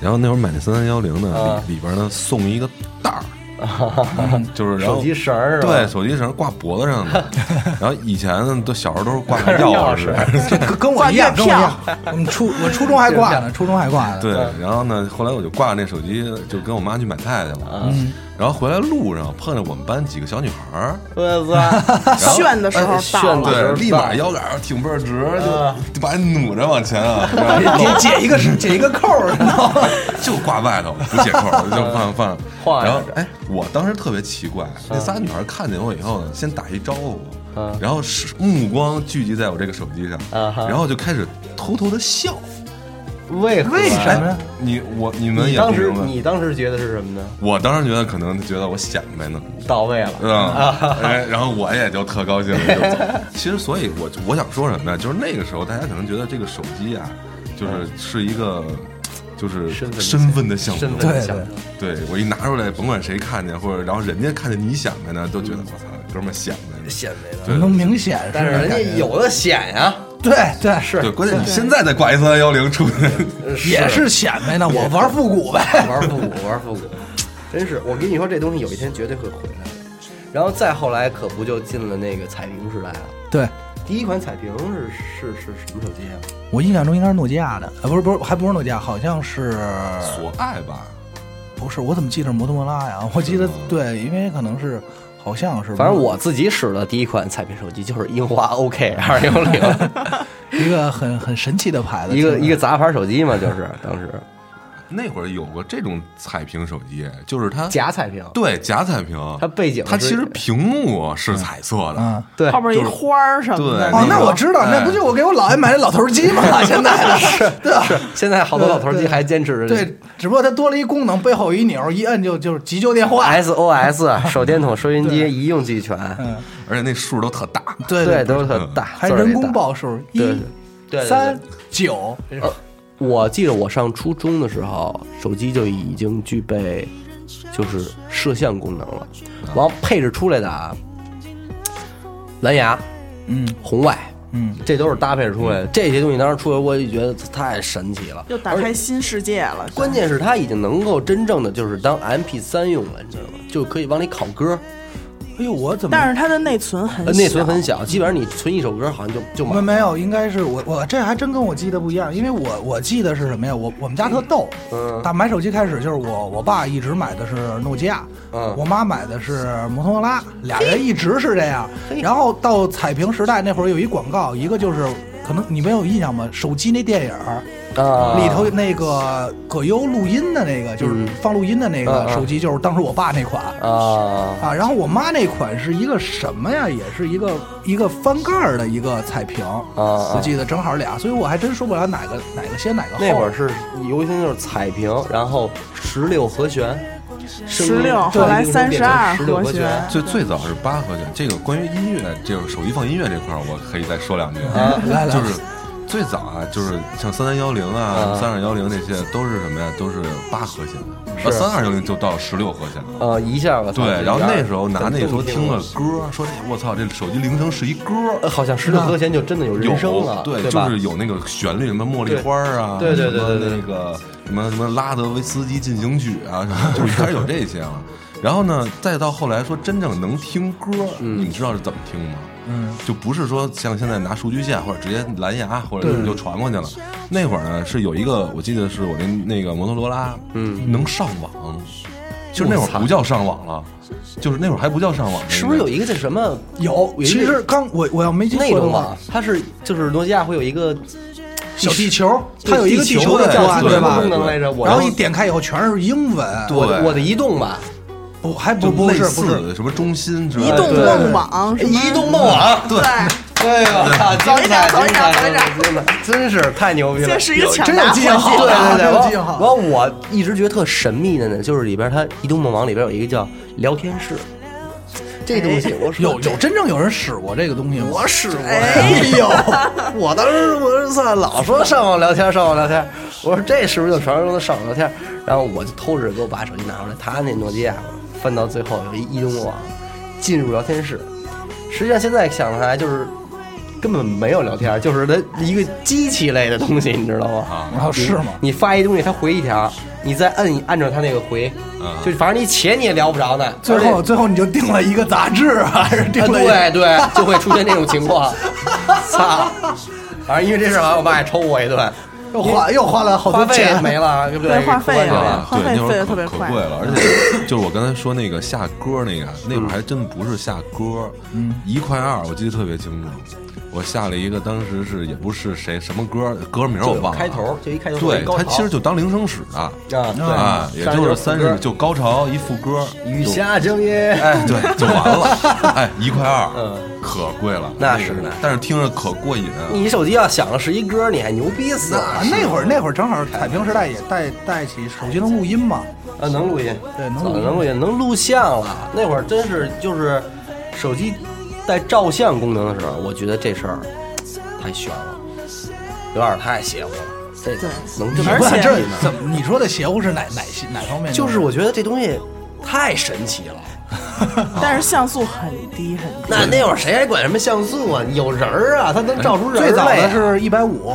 D: 然后那会儿买那三三幺零呢
A: 啊，
D: 里里边呢送一个袋儿， 就是然后
A: 手机绳儿是吧？
D: 对，手机绳挂脖子 上的。然后以前呢都小时候都是挂个
A: 钥
D: 钥
A: 匙
D: 匙，
B: 这跟跟我一样，跟我一样。我们初我初中还挂 呢，初中还挂呢。
D: 对。
A: 嗯
D: 然后呢，后来我就挂着那手机，就跟我妈去买菜去了。
B: 嗯，
D: 然后回来路上碰见我们班几个小女孩儿，
A: 我操，
D: 然后
C: 炫的时候到
A: 哎炫
C: 了，
A: 的
D: 对，立马腰杆儿挺倍儿直，
A: 啊
D: 就就把你努着往前啊，然后
B: 解解一个解一个扣儿，你知道吗？
D: 就挂外头不解扣，就放放
A: 晃
D: 然
A: 悠
D: 后
A: 着
D: 哎，我当时特别奇怪，那仨女孩看见我以后呢，先打一招呼
A: 嗯，
D: 然后是目光聚集在我这个手机上，
A: 啊哈
D: 然后就开始偷偷的笑。
A: 为何啊
B: 为什么呀？
D: 你我你们
A: 你
D: 也
A: 当
D: 不
A: 时
D: 明白。
A: 你当时觉得是什么呢？
D: 我当时觉得可能觉得我显摆呢，
A: 到位了，
D: 嗯，哎，然后我也就特高兴了就走。 其实，所以我我想说什么呀？就是那个时候，大家可能觉得这个手机啊，就是是一个，就是
A: 身份的
D: 身份的象征
A: 身，份的
B: 对
A: 象
B: 对
A: 征。
D: 对我一拿出来，甭管谁看见，或者然后人家看见你显摆呢，都觉
A: 嗯
D: 得我操，哥们儿显摆。
A: 显摆的，
D: 对
B: 能明显是，
A: 但是人家有的显呀，
B: 对对是
D: 对，关键你现在再挂一三幺零出去，
B: 也是显摆 呢，我玩复古呗。
A: 玩复古，玩复古，真是我跟你说，这东西有一天绝对会回来的。然后再后来可不就进了那个彩屏时代了。
B: 对
A: 第一款彩屏是是是什么手机啊？
B: 我印象中应该是诺基亚的，啊不是不是还不是诺基亚，好像是
D: 所爱吧？
B: 不是我怎么记得是摩托罗拉呀？我记得对，因为可能是好像是，
A: 反正我自己使的第一款彩屏手机就是樱花 OK 二幺零，
B: 一个很很神奇的牌子，
A: 一个
B: 听着
A: 一个杂牌手机嘛，就是当时
D: 那会儿有过这种彩屏手机，就是它
A: 假彩屏，
D: 对假彩屏，
A: 它背景
D: 它
A: 是
D: 其实屏幕是彩色的，
B: 嗯。
A: 对
C: 后边一花儿什么的
D: 对。
B: 哦，
D: 那
B: 那
D: 个
B: 我知道，
D: 哎
B: 那不就我给我姥爷买那老头儿机吗？ 现在是，对吧？
A: 是现在好多老头儿机还坚持着
B: 对，只不过它多了一功能，背后有一钮，一摁就就是急救电话。
A: 哎 SOS 手电筒、收音机一应俱全，
B: 嗯，
D: 而且那数都特大。
B: 对
A: 对，都是特大，
B: 还
A: 字儿也
B: 人工
A: 大
B: 报数，一
A: 对对对对
B: 三九，哎
A: 呃，我记得我上初中的时候，手机就已经具备就是摄像功能了，
B: 啊
A: 然后配置出来的啊，蓝牙、
B: 嗯
A: 红外，
B: 嗯，
A: 这都是搭配出来的。这些东西当时出来，我也觉得太神奇了。
C: 又打开新世界了，
A: 关键是它已经能够真正的就是当 MP 三用了，你知道吗？就可以往里拷歌，
B: 哎呦，我怎么？
C: 但是它的内存很
A: 呃，
C: 小，
A: 内存很小，基本上你存一首歌好像就就
B: 没
A: 满。
B: 没有，应该是我我这还真跟我记得不一样，因为我我记得是什么呀？我我们家特逗，
A: 嗯
B: 打买手机开始就是我我爸一直买的是诺基亚，
A: 嗯
B: 我妈买的是摩托罗拉，俩人一直是这样。然后到彩屏时代那会儿有一广告，一个就是可能你们有印象吗？手机那电影儿
A: 啊，
B: 嗯里头那个葛优录音的那个，就是放录音的那
A: 嗯
B: 个
A: 嗯
B: 手机，就是当时我爸那款。
A: 啊，
B: 啊，然后我妈那款是一个什么呀？也是一个一个翻盖儿的一个彩屏，
A: 啊
B: 我记得正好俩，所以我还真说不了哪个哪个先哪个后。
A: 那会儿是尤其就是彩屏，然后十六和弦，
C: 十六，后来三十二
A: 十六
C: 和
A: 和弦
C: 弦，
D: 最最早是
A: 啊
D: 八和弦，这个关于音乐，这个手机放音乐这块儿，我可以再说两句。
B: 啊哎来来
D: 就是最早啊，就是像三三幺零啊、三二幺零那些，都是什么呀？都是八和弦，
A: 是
D: 呃，三二幺零就到十六和弦了。
A: 呃，一下我操
D: 对，然后
A: 有点
D: 那时候拿那时候听了
A: 了，
D: 歌，说这我操，这手机铃声是一歌，
A: 呃，好像十六和弦就真的有人声了，
D: 对，
A: 对
D: 就
A: 吧？
D: 是有那个旋律，什么茉莉花啊，
A: 对对对对对
D: 什么那个什么什么拉德维斯基进行曲啊，什 么就开始有这些了。然后呢，再到后来说真正能听歌，
A: 嗯
D: 你们知道是怎么听吗？嗯，就不是说像现在拿数据线或者直接蓝牙或者你就传过去了。那会儿呢是有一个，我记得是我那那个摩托罗拉，嗯，能上网。就是那会儿不叫上网了，就是那会儿还不叫上网呢。
A: 是不是有一个叫什么
B: 有，
A: 一
B: 其实刚我我要没记
A: 那
B: 错的
A: 种
B: 话
A: 啊，？它是就是诺基亚会有一个
B: 小地球，
A: 对
B: 它有一个
A: 地
B: 地球
A: 的
B: 的
D: 对
B: 图案
A: 叫
D: 对
A: 什么
B: 吧
A: 功？能来着？我
B: 然后一点开以后全是英文，
A: 我的
D: 对
A: 我的移动吧，
B: 不还
D: 就
B: 不不
D: 类
B: 是不是，
D: 似什么中心之类
C: 移
D: 的，
C: 动
A: 哎对
C: 梦网，什么
A: 移动梦啊网，
D: 对
A: 哎呀，
C: 走一点走一点走一点
A: 真的 真是太牛逼了，
C: 这是一个抢
B: 真
C: 答
B: 有
C: 环
B: 记忆号
C: 节。
A: 对对对，
B: 真有
A: 完
B: 记忆号
A: 完我一直觉得特神秘的呢，就是里边它移动梦网里边有一个叫聊天室，这东西我说
B: 哎有有真正有人使过这个东西吗？
A: 我使过，哎呦，我当时我是算老说上网聊天，上网聊天，我说这是不是就传说中的上网聊天？然后我就偷着给我爸手机拿出来，他那诺基亚翻到最后有一移动网，进入聊天室，实际上现在想起来就是根本没有聊天，就是它一个机器类的东西，你知道吗？
D: 啊
B: 然后是吗？
A: 你发一东西，他回一条，你再摁按照他那个回，就反正你且你也聊不着呢。
B: 最
A: 而
B: 后
A: 且
B: 最后你就定了一个杂志啊，还是定
A: 啊，
B: 了一个
A: 对对，就会出现这种情 况。操！反正因为这事儿，好像我爸也抽我一顿，
B: 又花又花了好
A: 话
B: 多
A: 费也
B: 钱
A: 没 了，对不
C: 对话费也
A: 也
C: 没
A: 没
C: 了
A: 了。
D: 对，那会
C: 费
D: 儿
C: 得
D: 可
C: 特别
D: 可
C: 快
D: 贵了，而且就是我刚才说那个下歌那个，那会儿还真不是下歌，
C: 嗯
D: 一块二，我记得特别清楚。我下了一个，当时是也不是谁什么歌，歌名我
A: 就有
D: 忘了。啊
A: 开头就一开头
D: 对
A: 一高潮
D: 它其实就当铃声使的
A: 啊对
D: 啊，也
A: 上一
D: 就
A: 首
D: 是
A: 副
D: 三
A: 歌
D: 十就高潮一副歌，
A: 雨下正夜，
D: 哎，对，就完 了，哎，一块二，
A: 嗯
D: 可贵了，
A: 那
D: 个
A: 是那是嗯
D: 但是听着可过瘾。啊
A: 你手机要响了是一歌，你还牛逼死
B: 啊
A: 了。
B: 那会儿那会儿正好彩屏时代也带带起手机能录音嘛，
A: 啊，能录音，
B: 对能
A: 早
B: 录音
A: 能录音，能录像了。那会儿真是就是手机带照相功能的时候，我觉得这事儿太悬了，有点太邪乎了。这
C: 对
A: 能这
B: 你
A: 么
C: 而
B: 不
C: 且
B: 看这怎么你说的邪乎是哪哪些哪方面的？
A: 就是我觉得这东西太神奇了。
C: 但是像素很低很低。
A: 那那会儿谁还管什么像素啊？有人儿啊，它能照出人
B: 哎最
A: 儿
B: 早
A: 来
B: 的
A: 呀。
B: 是一百五，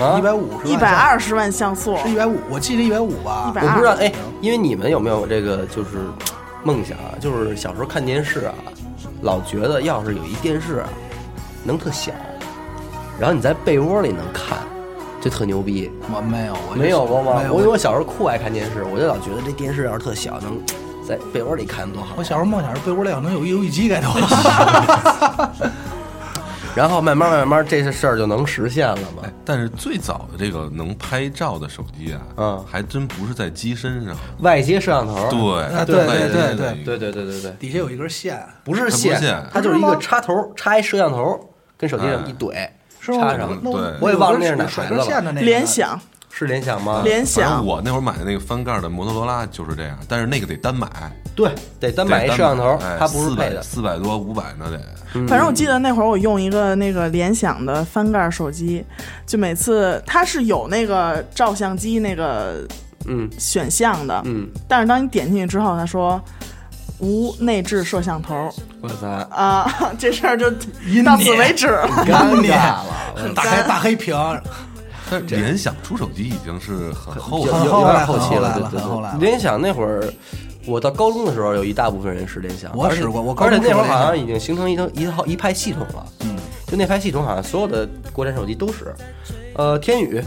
A: 啊
B: 一百五是吧
C: 一百二十万像素，
A: 哎
B: 是一百五，我记得一百五吧。
A: 我不知道
C: 120
A: 哎，因为你们有没有这个就是梦想啊？就是小时候看电视啊，老觉得要是有一电视啊，能特小，然后你在被窝里能看，就特牛逼。
B: 我没有，我就
A: 没有过吗
B: 没？有
A: 我因为
B: 我
A: 我小时候酷爱看电视，我就老觉得这电视要是特小，能在被窝里看多好
B: 我。小时候梦想是被窝里要能有一游戏机该多 好。
A: 然后慢慢慢慢，这事儿就能实现了嘛。
D: 哎但是最早的这个能拍照的手机啊，
A: 嗯
D: 还真不是在机身上，
A: 外接摄像头，
D: 对，
B: 啊对
D: 外
B: 对对
D: 接的一个
A: 啊对对对对对，
B: 底下有一根线，
A: 不是
D: 它不是
A: 线
D: 线，
A: 它就是一
B: 不是
A: 个
B: 吗
A: 插头，插一摄像头，跟手机上一怼，
B: 嗯是吗
A: 插上。
B: 那
D: 对
A: 我也忘了那是哪
B: 甩
A: 牌子
B: 根
A: 了
B: 线的那个
C: 联想，
A: 是联想吗？
C: 联
D: 反正
C: 想，
D: 我那会儿买的那个翻盖的摩托罗拉就是这样，但是那个得单买，
A: 对，得单买一摄像头，它不是配的。
D: 哎四百多五百呢得。
C: 反正我记得那会儿我用一个那个联想的翻盖手机，就每次它是有那个照相机那个
A: 嗯
C: 选项的，
A: 嗯，
C: 但是当你点进去之后，他说无内置摄像头
A: 我操，
C: 啊、 这事儿就
B: 阴
C: 到此
B: 你
C: 为止了。
A: 尴尬了。
B: 大黑大黑屏，
D: 但是联想出手机已经是很厚
A: 有
D: 了，
A: 有
B: 很
A: 有
B: 后来
A: 点后期
B: 很后来
A: 对
B: 了
A: 对
B: 很后来
A: 对。
B: 了
A: 联想那会儿，我到高中的时候，有一大部分人是联想。
B: 我
A: 而且
B: 使过我高
A: 而且
B: 中
A: 那会儿
B: 使过
A: 好像
B: 联
A: 已经形成一套一套一派系统了。嗯，就那派系统好像所有的国产手机都是，呃，天宇。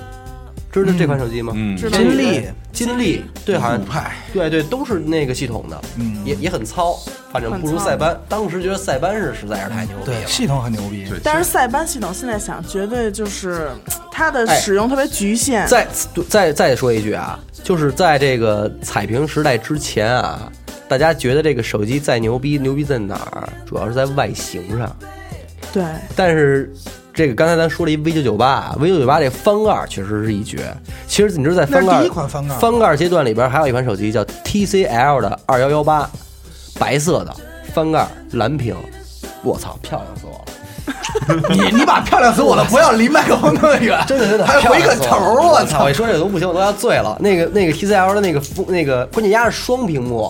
A: 知道这款手机吗？
D: 嗯
C: 知道
A: 天宇
B: 金立，
A: 金立，对，好像
D: 五派
A: 对对，都是那个系统的，
B: 嗯
A: 也也很糙，反正不如
C: 很糙
A: 塞班。当时觉得塞班是实在是太牛逼
B: 对，
A: 了，
B: 系统很牛逼。
D: 对
C: 但是塞班系统现在想，绝对就是它的
A: 哎
C: 使用特别局限。
A: 再再再说一句啊，就是在这个彩屏时代之前啊，大家觉得这个手机再牛逼，牛逼在哪儿？主要是在外形上。
C: 对，
A: 但是这个刚才咱说了一 V 九九八，V 啊九九八这翻盖儿确实是一绝。其实你知道在翻盖
B: 那
A: 儿
B: 是第一款翻盖儿
A: 翻盖儿阶段里边，还有一款手机叫 TCL 的二幺幺八，白色的翻盖儿蓝屏，我操，漂亮死我了！
B: 你你把漂亮死我了，不要离麦克风那么远，
A: 真的真的，
B: 还回个头儿，
A: 我
B: 我操
A: 我！一说这个都不行，我都要醉了。那个那个 TCL 的那个封那个，关键压是双屏幕，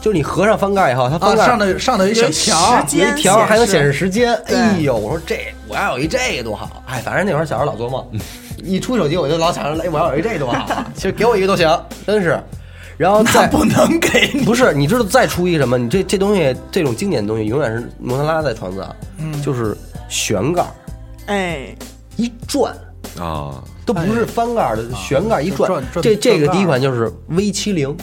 A: 就是你合上翻盖以后，它翻
B: 啊，
A: 盖
B: 上头上头一小条
C: 有
B: 儿
C: 一，时
A: 有
C: 间
A: 一条还能显
C: 显
A: 示
C: 示
A: 时间。
C: 对
A: 哎呦，我说这我要有一这个多好！哎，反正那会儿小时候老做梦，
B: 嗯
A: 一出手机我就老想着，哎，我要有一这多 好。其实给我一个都行，真是。然后
B: 那
A: 再
B: 不能给你。
A: 不是，你知道再出一什么？你这这东西，这种经典的东西，永远是摩托拉在创造，
B: 嗯
A: 就是悬盖儿
C: 哎，
A: 一转。
D: 啊，
A: 都不是翻盖儿的，悬盖儿一哎啊转
B: 转。转
A: 这这个
B: 转盖儿
A: 第一款就是 V 七零，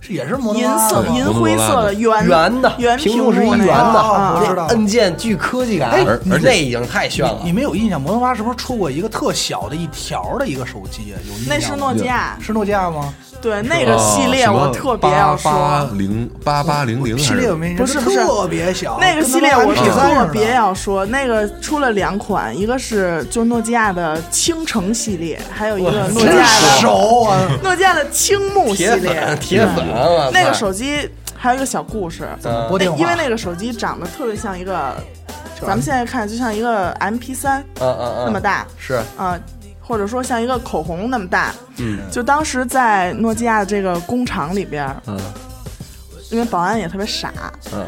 B: 是也是摩托
C: 银
B: 拉
C: 色
B: 的、吗
C: 银灰色的圆
A: 圆的，
C: 圆
A: 屏幕是一
C: 幕
A: 圆
C: 那
A: 的，
C: 个啊
B: 哦我
A: 那
B: 知道
A: 按键巨科技感
B: 哎，
D: 而而且
A: 那已经太炫了
B: 你。们有印象，摩托拉是不是出过一个特小的一条的一个手机啊？有印象吗
C: 那是诺基亚，
B: 是诺基亚吗？
C: 对那个系列我特别要
D: 哦八
C: 说，
D: 零八八零零
B: 系列有没有？
C: 不是不是
B: 特别小，
C: 那个系列我
B: 跟他
C: 是
B: 妈 MP3
C: 特
B: 似的
C: 别要说，那个出了两款，一个是就诺基亚的倾城系列，还有一个诺基
B: 真
C: 亚的
B: 熟啊！
C: 诺基亚的青木系
A: 铁
C: 列
A: 粉，，啊铁粉，我操
C: 那个手机还有一个小故事，
A: 嗯
B: 拨电话
C: 因为那个手机长得特别像一个，咱们现在看就像一个 MP 三
A: 嗯嗯嗯，
C: 那么大，
A: 是
C: 啊、或者说像一个口红那么大。嗯，就当时在诺基亚的这个工厂里边儿，
A: 嗯
C: 因为保安也特别傻，
A: 嗯，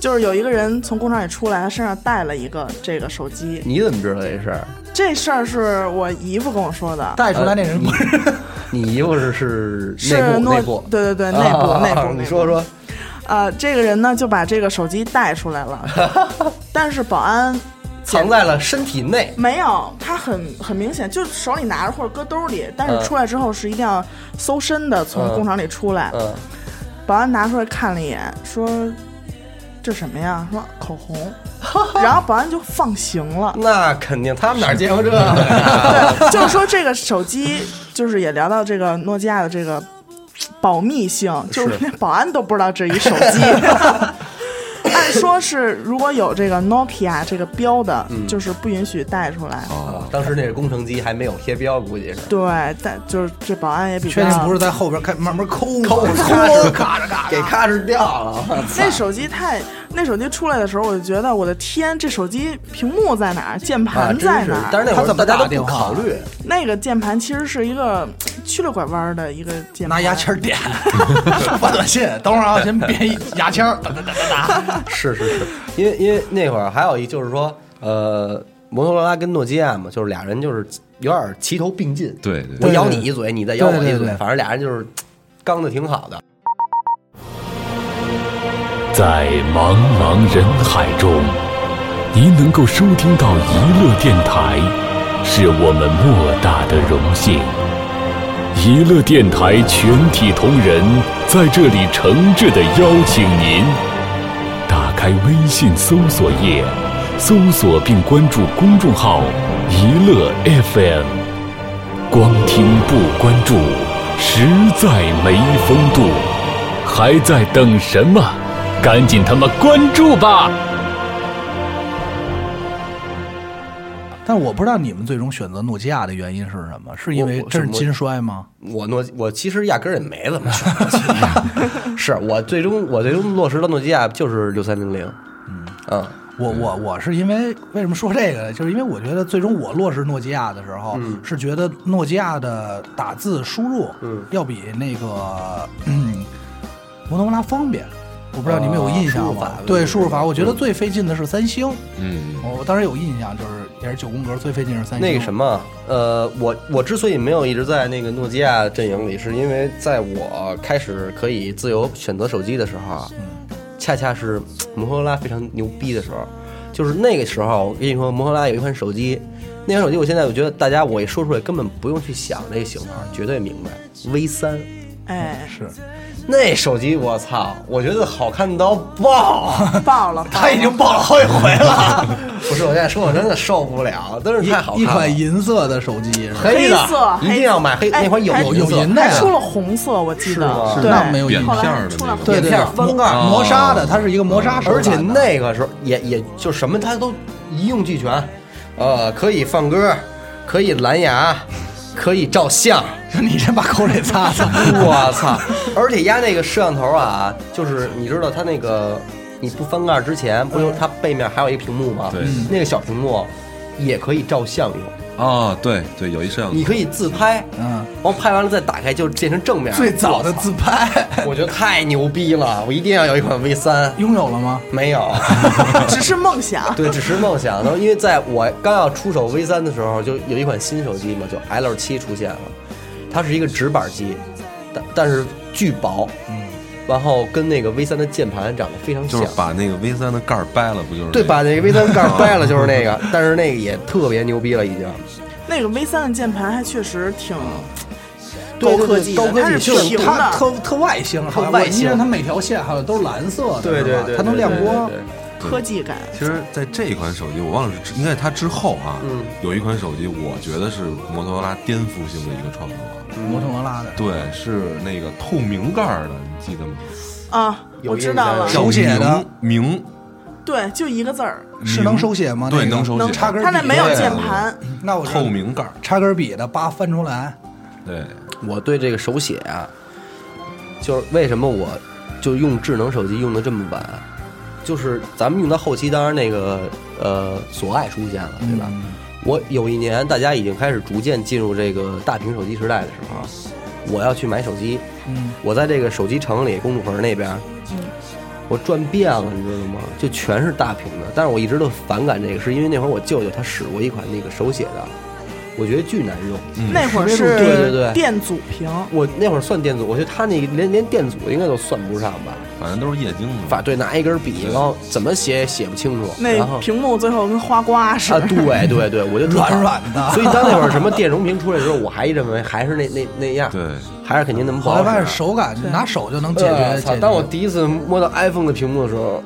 C: 就是有一个人从工厂里出来，他身上带了一个这个手机。
A: 你怎么知道这事儿？啊
C: 这事儿是我姨夫跟我说的。
B: 带出来那
A: 呃
B: 人不是
A: 你姨夫是是
C: 是
A: 内部
C: 诺
A: 内部，
C: 对对对，
A: 啊
C: 内部、 内部
A: 啊
C: 内部。
A: 你说说，
C: 呃，这个人呢就把这个手机带出 来了，但是保安
A: 藏在了身体内，
C: 没有，他很很明显，就是手里拿着或者搁兜里，但
A: 嗯
C: 是出来之后是一定要搜身的，从
A: 嗯
C: 工厂里出来。
A: 嗯，
C: 保安拿出来看了一眼，说：“这什么呀？”说口红，然后保安就放行了。
A: 那肯定他们哪见过这个呀？
C: 对， 就是说这个手机，就是也聊到这个诺基亚的这个保密性，就是连保安都不知道这一手 机。按说是如果有这个 Nokia 这个标的，
B: 嗯
C: 就是不允许带出来。
A: 啊
B: 哦
A: 当时那是工程机还没有贴标，估计是。
C: 对，但就是这保安也比较
B: 确定不是在后边开慢慢抠吗
A: 抠
B: 抠咔着咔
A: 给
B: 着。
A: 咔哧掉了，我操
C: 那手机太，那手机出来的时候，我就觉得我的天，这手机屏幕在哪儿？键
A: 啊
C: 盘
A: 真
C: 在
A: 是
C: 哪儿？
A: 但是那会
B: 他
A: 儿
B: 怎
A: 大
B: 么
A: 家
B: 打
A: 都
B: 电
A: 不
B: 话
A: 考虑，
C: 那个键盘其实是一个曲了拐弯儿的一个键盘，
B: 拿牙签儿 点发短信，等会儿啊，先别一牙签儿，哒哒哒 哒哒。
A: 是是是，因为因为那会儿还有一就是说，呃，摩托罗拉跟诺基亚嘛，就是俩人就是有点齐头并进，
D: 对对
A: 我
D: 对，
A: 咬你一嘴，你再咬我
B: 对
A: 一
B: 对
A: 嘴
B: 对，
A: 反正俩人就是刚的挺好的。
E: 在茫茫人海中，您能够收听到娱乐电台，是我们莫大的荣幸。娱乐电台全体同仁在这里诚挚的邀请您，打开微信搜索页，搜索并关注公众号“娱乐 FM”。光听不关注，实在没风度，还在等什么？赶紧他妈关注吧！
B: 但我不知道你们最终选择诺基亚的原因是什么？是因为
A: 我
B: 这是
A: 我
B: 金摔吗？
A: 我诺我其实压根儿也没怎么选诺基 亚，是我最终我最终落实到诺基亚就是六三零零，嗯
B: 我我我是因为为什么说这个呢？就是因为我觉得最终我落实诺基亚的时候，
A: 嗯
B: 是觉得诺基亚的打字输入，
A: 嗯
B: 要比那个嗯摩托罗拉方便。我不知道你们有印象
A: 啊输入法
B: 吗？对输入法，我觉
A: 嗯
B: 得最费劲的是三星。
D: 嗯，
B: 我当时有印象，就是也是九宫格最费劲是三星。
A: 那个什
B: 么，
A: 么，呃，我我之所以没有一直在那个诺基亚阵营里，是因为在我开始可以自由选择手机的时候啊，恰恰是嘖摩托罗拉非常牛逼的时候，就是那个时候，我跟你说，摩托罗拉有一款手机，那款手机我现在我觉得大家我一说出来根本不用去想这个型号，绝对明白，V 三。
C: 哎，
B: 是
A: 那手机我操，我觉得好看到爆，啊
C: 爆 了，
B: 他已经爆了好几回了，
A: 不是我现在说，我真的受不了，真是太好看了。
B: 一款银色的手机，是吧
A: 黑的
C: 黑色
A: 一定要买黑，
C: 哎
A: 那款有
C: 还
A: 有
B: 有
A: 银色
B: 银的
C: 还
B: 呀，
C: 出了红色，我记
A: 是吗
C: 得，
B: 是那
C: 对，
B: 没有
D: 扁
B: 印
D: 片
B: 象
C: 后来
D: 儿哦的
C: 出
D: 那
C: 了
D: 个，
B: 对
A: 扁
B: 对
A: 片翻盖
B: 磨磨砂的，它是一个磨砂手
A: 而
B: 感的，
A: 且那个时候也也就什么它都一应俱全，呃，可以放歌，可以蓝牙， 可以照相，
B: 你先把口 水擦擦。
A: 我操！而且压那个摄像头啊，就是你知道它那个你不翻盖之前，不用它背面还有一个屏幕吗？
D: 对
A: 那个小屏幕也可以照相用，
D: 啊，对对，有一摄像头
A: 你，可以自拍，
B: 嗯，
A: 完拍完了再打开就变成正面。
B: 最早的自拍
A: 我觉得太牛逼了，我一定要有一款 V 三。
B: 拥有了吗？
A: 没有，
C: 只是梦想。
A: 对，只是梦想。然后因为在我刚要出手 V 三的时候，就有一款新手机嘛，就 L 七出现了，它是一个直板机，但但是巨薄，嗯，然后跟那个 V 三的键盘长得非常
D: 就
A: 像
D: 是，把那个 V 三的盖儿掰了，不就是
A: 对，
D: 那个
A: 把那个 V 三 盖儿掰了就是那个，但是那个也特别牛逼了，已经。
C: 那个 V 三的键盘还确实挺
A: 对对
C: 高科
A: 对
C: 技的，
A: 高科
C: 它
A: 技
C: 是
A: 确实
C: 平
B: 它
C: 的，
B: 特特外星，好像
A: 特外
B: 我记得
A: 星
B: 它每条线好像都是蓝色的，
A: 对
B: 是
A: 对
B: 吧
A: 对，
B: 它能
A: 对
B: 亮光。
A: 对对对
C: 科技感。
D: 其实，在这一款手机，我忘了是之应该是它之后啊，
A: 嗯
D: 有一款手机，我觉得是摩托罗拉颠覆性的一个创作。啊
B: 摩托罗拉的，
D: 对，是那个透明盖儿的，你记得吗？
C: 啊，
A: 有
C: 我知道了
A: 印
B: 象，手写的
D: 明明
C: 对，就一个字儿，
B: 是能手写吗？
D: 对
B: 那个
D: 能手写
B: 能插根
C: 它那
B: 笔
C: 没有
A: 啊
B: 的
C: 键盘，
B: 那我
D: 透明盖儿，
B: 插根笔的，叭翻出来，
D: 对，
A: 我对这个手写啊，就是为什么我就用智能手机用的这么晚，就是咱们用到后期，当然那个呃索爱出现了，对吧？我有一年大家已经开始逐渐进入这个大屏手机时代的时候，我要去买手机，
B: 嗯，
A: 我在这个手机城里公主坟那边，我转遍了，你知道吗？就全是大屏的，但是我一直都反感这个，是因为那会儿我舅舅他使过一款那个手写的，我觉得巨难用。
C: 那会儿
A: 是那种嗯对对对
C: 是电阻屏，
A: 我那会儿算电阻，我觉得他那个连连电阻应该都算不上吧。
D: 反正都是液晶的。
A: 反对，拿一根笔，然后怎么写也写不清楚，
C: 那
A: 然后
C: 屏幕最后跟花瓜似
A: 啊，
C: 的。
A: 对对对，我就特
B: 软软的
A: 所以当那会儿什么电容屏出来的时候，我还认为还是那那那样，
D: 对，
A: 还是肯定那么不
B: 后来发
A: 好
B: 现
A: 使。
B: 手感拿手就能解
A: 呃
B: 决。
A: 操
B: 解！决
A: 当我第一次摸到 iPhone 的屏幕的时候，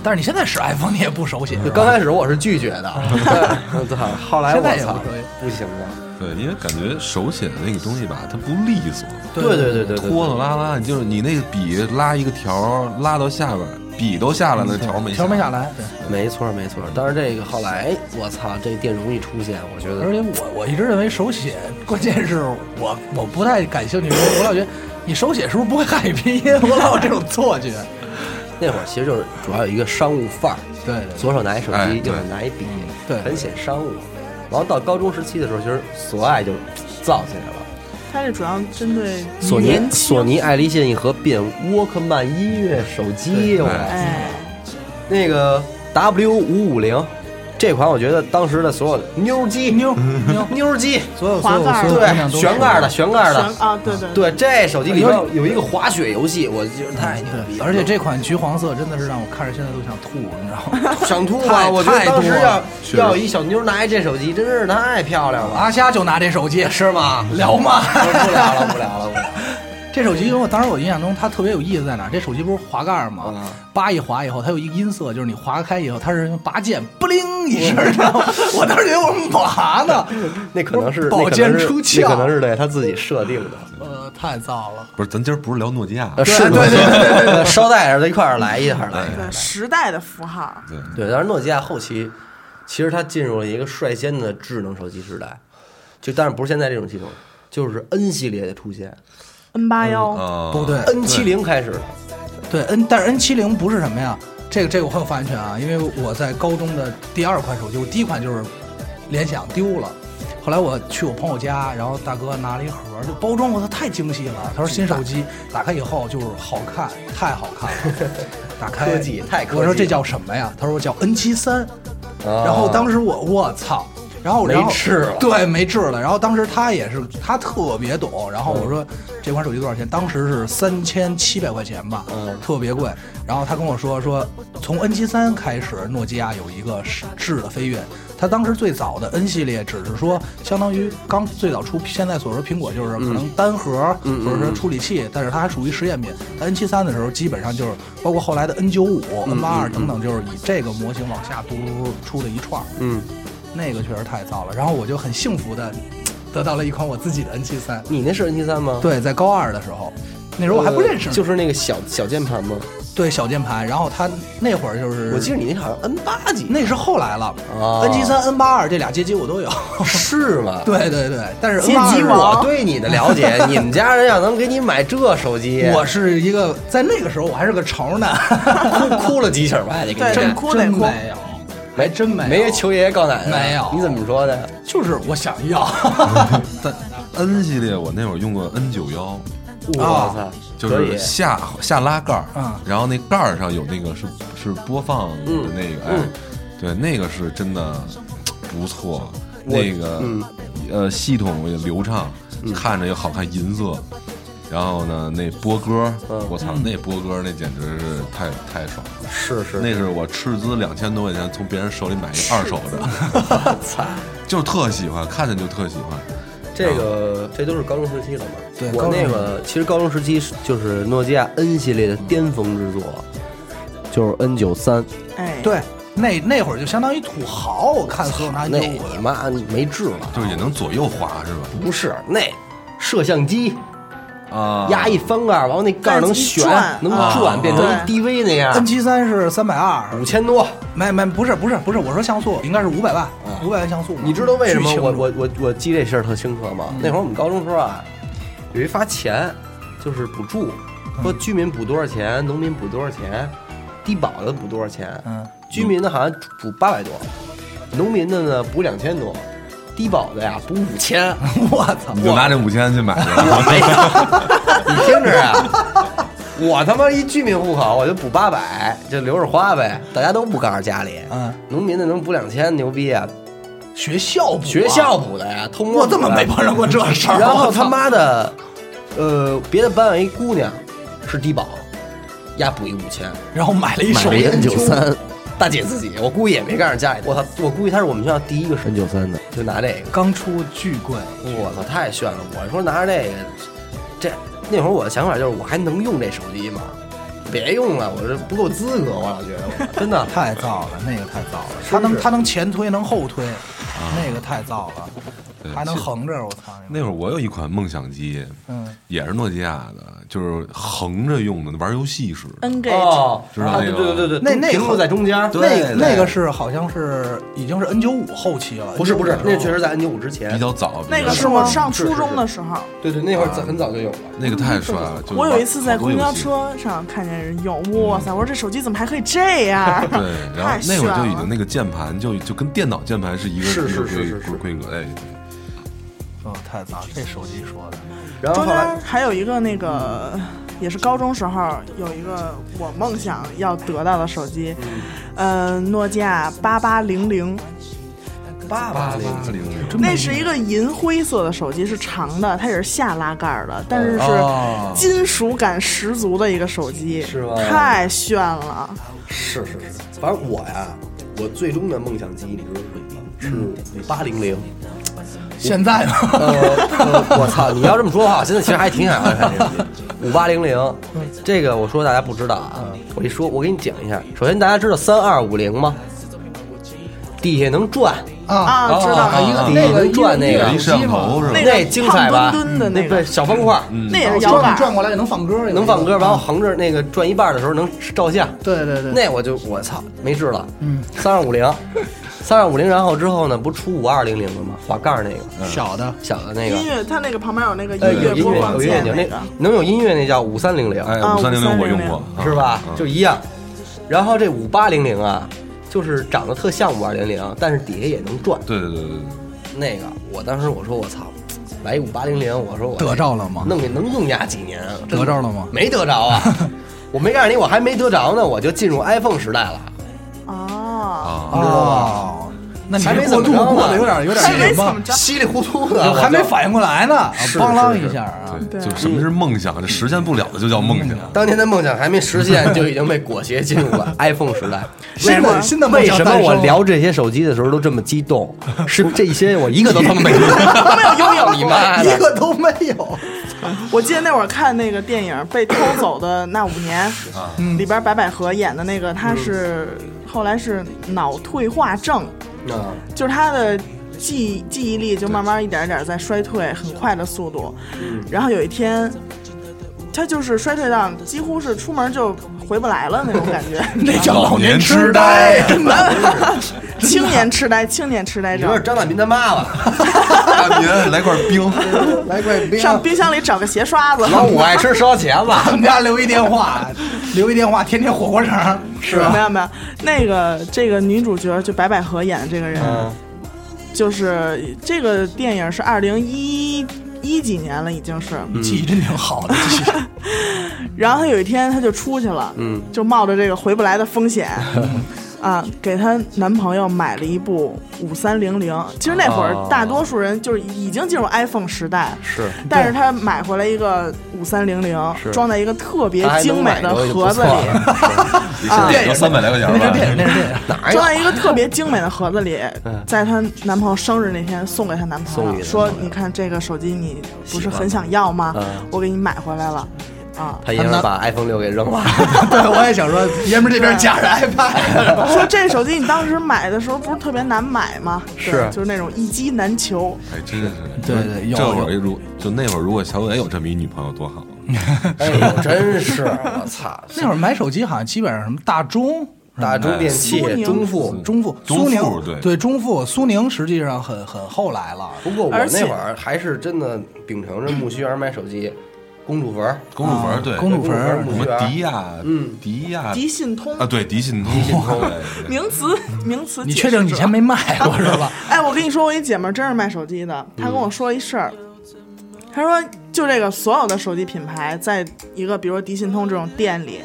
B: 但是你现在使 iPhone 你也不手写，
A: 就刚开始我是拒绝 的，对操！后来
B: 现在
A: 我
B: 也
A: 操
B: 不可以，
A: 不行了，
D: 对，因为感觉手写的那个东西吧，它不利索，
A: 对对对对对，
D: 拖拖拉拉，就是你那个笔拉一个条儿，拉到下边儿，笔都下来了，条儿没
B: 调没
D: 下
B: 下来。对
A: 没错没错。但是这个后来，哎我操，这电容一出现，我觉
B: 而
A: 得
B: 且我我一直认为手写，关键是我我不太感兴趣，我我老觉得你手写是不是不会汉语拼音？ 我老有这种错觉。
A: 那会儿其实就是主要有一个商务范儿，
B: 对对对，
A: 左手拿一手
D: 哎
A: 机，
D: 对
A: 右手拿一笔，
B: 对
A: 很显商务。然后到高中时期的时候，其实索爱就造起来了。
C: 它这主要针对
A: 索尼
C: 年轻啊
A: 索尼爱立信一合并，沃克曼音乐手机，我
C: 哎，
A: 那个 W 五五零这款，我觉得当时的所有妞儿机
B: 妞妞，
A: 妞儿机，
B: 所有所
C: 滑
B: 有
C: 盖儿
B: 所有姑
A: 对，
B: 娘都是
A: 悬盖的悬盖
C: 悬
A: 的，
C: 啊，对对，
A: 对，这手机里边有一个滑雪游戏，我觉得太哎牛逼
B: 哎嗯对，
A: 了，
B: 而且这款橘黄色真的是让我看着现在都想吐，你知道吗？
A: 想吐啊！
B: 太
A: 我觉得
B: 太
A: 当时
B: 多
A: 要
B: 了
D: 确实
A: 要有一小妞儿拿一这手机，真是太漂亮了，
B: 阿虾就拿这手机是吗？聊吗？
A: 不聊了，不聊了，不聊了。
B: 这手机，因为我当时我印象中它特别有意思在哪儿？这手机不是滑盖儿吗？
A: 嗯
B: 扒一滑以后，它有一个音色，就是你划开以后，它是拔剑，不灵一声儿，你知道吗？ 我当时觉得我说嘛呢？
A: 那可能是
B: 宝剑出鞘，
A: 那可能是对他自己设定的。
B: 呃，太燥了。
D: 来。不是，咱今儿不是聊诺基亚，啊
A: 呃，是对对对， 捎带着一块儿来一下来。
C: 对时代的符号，
D: 对，
A: 对，但是诺基亚后期，其实它进入了一个率先的智能手机时代，就但是不是现在这种系统，就是 N 系列的出现
C: ，N 八
A: 嗯
C: 幺，
D: 啊，
A: 哦
B: 不对
A: ，N 七零开始了。
B: 对 N，但是 N 七零不是什么呀？这个这个我很有发言权啊，因为我在高中的第二款手机，我第一款就是联想丢了。后来我去我朋友家，然后大哥拿了一盒，这包装我操太精细了。他说新手机打开以后就是好看，太好看 了。打开
A: 科技太科技了
B: 我说这叫什么呀？他说叫 N 七三。
A: 然
B: 然后当时我我操，然后然后
A: 没治了
B: 对，没治了。然后当时他也是他特别懂，然后我说这款手机多少钱？当时是三千七百块钱吧，
A: 嗯
B: 特别贵。然后他跟我说说，从 N 七三开始，诺基亚有一个质的飞跃。它当时最早的 N 系列只是说，相当于刚最早出，现在所说苹果就是可能单核，或者说处理器，但是它还属于实验品。但 N 七三的时候，基本上就是包括后来的 N 九五、N 八二等等，就是以这个模型往下嘟嘟嘟出的一串儿。
A: 嗯，
B: 那个确实太糟了。然后我就很幸福的得到了一款我自己的 N 7 3
A: 你那是 N 七三吗？，哦
B: 对，在高二的时候，那时候我还不认识呢，
A: 就是那个小小键盘吗？
B: 对小键盘，然后它那会儿就是
A: 我记得你那好像 N 八几，
B: 那是后来了
A: 哦
B: ，N 七三、N 八二这俩街机我都有。
A: 是吗？
B: 对对对，但是 N
A: 以
B: 八
C: 街机
B: 二
C: 王
A: 我对你的了解，你们家人要能给你买这手机，
B: 我是一个在那个时候我还是个潮呢，
A: 哭哭了几宿吧？得给你
C: 对
A: 这
C: 真
B: 真
C: 哭得
B: 真
C: 哭
B: 没有，还真没有
A: 没求爷爷告奶奶，
B: 没有
A: 你怎么说的？
B: 就是我想要。
D: 但 N 系列我那会儿用过 N 九幺，
A: 我操，
D: 就
A: 可以啊
D: 是下下拉盖儿
B: 嗯，
D: 然后那盖儿上有那个是是播放的那
A: 嗯
D: 个，哎，对，那个是真的不错，那个
A: 嗯
D: 呃系统也流畅，看着也好看，银色。然后呢，那播歌，
A: 嗯
D: 我操，那播歌那简直是太太爽了。
A: 是是
D: 那是我斥资两千多块钱从别人手里买一二手 的，
A: 操，
D: 就是特喜欢，看着就特喜欢。
A: 这个这都是高中时期了嘛？
B: 对
A: 我
B: 高中
A: 那个其实高中时期是就是诺基亚 N 系列的巅峰之作，就是 N 九三，
C: 哎，，
B: 对，那那会儿就相当于土豪，哎我看所有拿
A: 那
B: 优
A: 你妈你没治了，
D: 就是也能左右滑是吧？
A: 不是那摄像机。
D: 啊，
A: 压一翻盖，然后那盖儿能旋
C: 再一转，
A: 能
C: 啊
A: 转，变成一 DV 那样
B: N，七三是三百二，
A: 五千多。
B: 没没不是不是不是，我说像素应该是五百万，五百万像素嘛。
A: 啊你知道为什么
B: 巨清楚嗯
A: 我我我我记这事儿特清楚吗？那会儿我们高中时候啊，有一发钱，就是补助，
B: 嗯
A: 说居民补多少钱，农民补多少钱，低保的补多少钱。
B: 嗯，
A: 居民的好像补八百多，农民的呢补两千多，低保的呀补五千。
B: 我操，
D: 你就拿这五千去 买了。
C: 哎
A: 没有，你听着啊，我他妈一居民户口，我就补八百，就留着花呗，大家都不告诉家里。
B: 嗯，
A: 农民的能补两千，牛逼啊！
B: 学校补啊
A: 学校补的呀，偷摸补
B: 我
A: 的
B: 怎么没碰上过这 事儿？
A: 然后
B: 我操
A: 他妈的，呃，别的班有一姑娘是低保，丫补一五千，
B: 然后买了一
A: 买
B: 手
A: 了一 N 九
B: 烟枪，
A: 三。大姐自己，我估计也没告诉家里。我操， 我估计她是我们学校第一个神九三的，就拿这个。
B: 刚出巨贵，
A: 我操，太炫了！我说拿着这个，这那会儿我的想法就是，我还能用这手机吗？别用了，我这不够资格，我老觉得我真的。
B: 太燥了，那个太燥了。他能他能前推能后推，那个太燥了，
D: 对
B: 还能
D: 其实
B: 横着，我操！
D: 那会儿我有一款梦想机，
B: 嗯，
D: 也是诺基亚的，就是横着用的，玩游戏使的。
C: n g
A: 哦，
D: 知道
A: 啊
D: 那
A: 对
D: 个
A: 对对对，
B: 那那
A: 屏幕
B: 会儿
A: 在中间，
B: 那
D: 对
B: 那个是好像是已经是 N 九五后期了，
A: 不是不是，那确
B: 实
A: 实在 N 九五之前
D: 比。较早，
C: 那个
D: 比较
C: 是
D: 早
C: 我上
A: 是是
C: 初中
A: 是
C: 的时候，
A: 对对，那会儿早很早就有了。
D: 那个太帅了。就
C: 我有一次在
D: 好多
C: 公
D: 游
C: 交
D: 戏，
C: 车上看见人用，哇塞！我说这手机怎么还可以这样？啊
D: 对，然后
C: 太
D: 那
C: 炫
D: 会儿就已
C: 了
D: 经。那个键盘就就跟电脑键盘是一个
A: 是
D: 一
A: 是
D: 个
A: 是是是
D: 规规格，哎，
B: 哦，太早，这手机说的，
A: 然后
C: 中
A: 后来
C: 间还有一个那个，也是高中时候有一个我梦想要得到的手机，呃，诺基亚八八零零，
A: 八八零
D: 八零零
C: 那是一个银灰色的手机，是长的，它也是下拉盖儿的，但是是
D: 哦
C: 金属感十足的一个手机，
A: 是吗
C: 太炫了！
A: 是是是，反正我呀，我最终的梦想机，你知道是什么吗？是八零零。
B: 现在嘛，
A: 嗯呃，呃我操！你要这么说的话，我现在其实还挺想要看这个五八零零。这个我说大家不知道啊，
C: 嗯
A: 我一说，我给你讲一下。首先，大家知道三二五零吗？底下能转，
B: 啊，
C: 啊，知道
A: 啊
C: 了，
A: 一个底下能转那
D: 有
A: 个
D: 一，摄像头是吧
C: 那？
A: 那精彩吧？
C: 胖墩墩的那个
A: 对小方块，
C: 那也是摇
B: 啊转
C: 杆儿，
B: 转过来也能放歌，
A: 能放歌，然后横着那个转一半的时候能照相。
B: 对对对，
A: 那我就我操，没治了。嗯，三二五零，三二五零，然后之后呢，不出五二零零了吗？滑盖儿那个
B: 小的
A: 小的那个
C: 音，乐，它那个旁边有那个
A: 呃，
C: 音
A: 有
C: 乐
A: 音
C: 播
A: 乐
C: 放
A: 有音乐
C: 键
A: 钮，
C: 那个
A: 那，能有音乐那叫五三零零，
D: 哎，
C: 啊
D: 五三零
C: 5300
D: 我用过，啊
A: 是吧？就一样。然后这五八零零啊，就是长得特像五二零零，但是底下也能转。
D: 对对对对对，
A: 那个，我当时我说我操，来一五八零零，我说我
B: 得着了吗？
A: 弄给能用压几年啊？真
B: 得着了吗？
A: 没得着 啊！我没告诉你，我还没得着呢，我就进入 iPhone 时代了。
C: 哦，
D: 啊，
B: 哦，那你
A: 还没
B: 这
A: 怎
B: 过
A: 么着呢
B: 渡过得有点有点
C: 还没
B: 什
C: 怎
B: 么
C: 么，着，
A: 稀里糊涂的，
B: 还没
A: 我就。
B: 反应过来呢，啊
A: 是
B: 梆啷
A: 是
B: 一下啊，
D: 对，
C: 对
D: 就什么是梦想，这实现不了的就叫梦想。
A: 当年的梦想还没实现，就已经被裹挟进入 了 iPhone 时代。
B: 新的新的梦
A: 为
B: 想
A: 什么
B: 诞
A: 我
B: 生了
A: 聊这些手机的时候都这么激 动？是这些我一个都他妈没有，没有拥有你妈
B: 哎一
A: 的！
B: 个都没有，
C: 我记得那会儿看那个电影《被偷走的那五年》，里边白百合演的那个，她是后来是脑退化症，
A: 啊
C: 就是她的记记忆力就慢慢一点一点在衰退，很快的速度。然后有一天，她就是衰退到几乎是出门就回不来了那种感觉。
B: 那叫
D: 哎老
B: 老
D: 年痴
B: 痴呆，
C: 青年痴呆，青年痴呆
A: 你说
C: 症
A: 是，张大民他妈吧？
D: 大民来块冰，
A: 来块冰
C: 上冰箱里找个鞋刷子。
A: 老五爱吃烧茄
B: 他
A: 子，
B: 们家留一电话，留一电话，天天火锅肠，是
C: 没
B: 吧？
C: 有没有，那个这个女主角就白百合演的这个人，
A: 嗯
C: 就是这个电影是二零一一几年了，已经是。
A: 嗯
B: 记忆真挺好的，记忆
C: 然后她有一天她就出去了，
A: 嗯
C: 就冒着这个回不来的风 险。啊，给她男朋友买了一部五三零零。其实那会儿
A: 哦
C: 大多数人就是已经进入 iPhone 时代，
A: 是
C: 但是他买回来一个五三零零
A: 是，
C: 装在一个特别精美的盒子
A: 还能买
C: 里，
A: 着就不错了
C: 啊
D: 也就三百来块钱
B: 那是电影，
D: 吧。
B: 那是电影。
A: 哪有
C: 装在一个特别精美的盒子里，在她男朋友生日那天送给她男
A: 嗯
C: 朋
A: 送给
C: 友，
A: 她
C: 说
A: 男：“朋友
C: 你看这个手机，你不
A: 喜
C: 是
A: 欢
C: 很想要吗
A: 嗯？
C: 我给你买回来了。” 啊，
A: 他一人把 iPhone 六给扔了，
B: 对，我也想说，爷们儿这边夹
A: 哎
B: 着 iPad，
C: 说这手机你当时买的时候不是特别难买吗？对
A: 是
C: 就是那种一机难求。
D: 哎，真是
B: 对对有
D: 这会儿哎如就那会儿，如果小伟有这么一女朋友多好。
A: 哎呦，真是我操！
B: 那会儿买手机好像基本上什么大中、
A: 大中电
C: 苏
A: 器、
C: 宁
A: 中富，
B: 中富、
D: 中富
B: 苏宁，
D: 对
B: 中富、苏宁实际上很很后来了。
A: 不过我
C: 而且
A: 那会儿还是真的秉承着木须园买手机，公主坟，
D: 公主坟对，
B: 啊公主坟
A: 儿
B: 儿
D: 什么迪亚，
A: 嗯
D: 迪亚
C: 迪信通
D: 啊，对，迪信通，迪信通，对
C: 名词
A: 嗯
C: 名词，
B: 你确定你以前？没卖过是吧？
C: 哎，我跟你说，我一姐们儿真是卖手机的，她跟
A: 嗯
C: 我说一事儿，她说就这个所有的手机品牌，在一个比如说迪信通这种店里，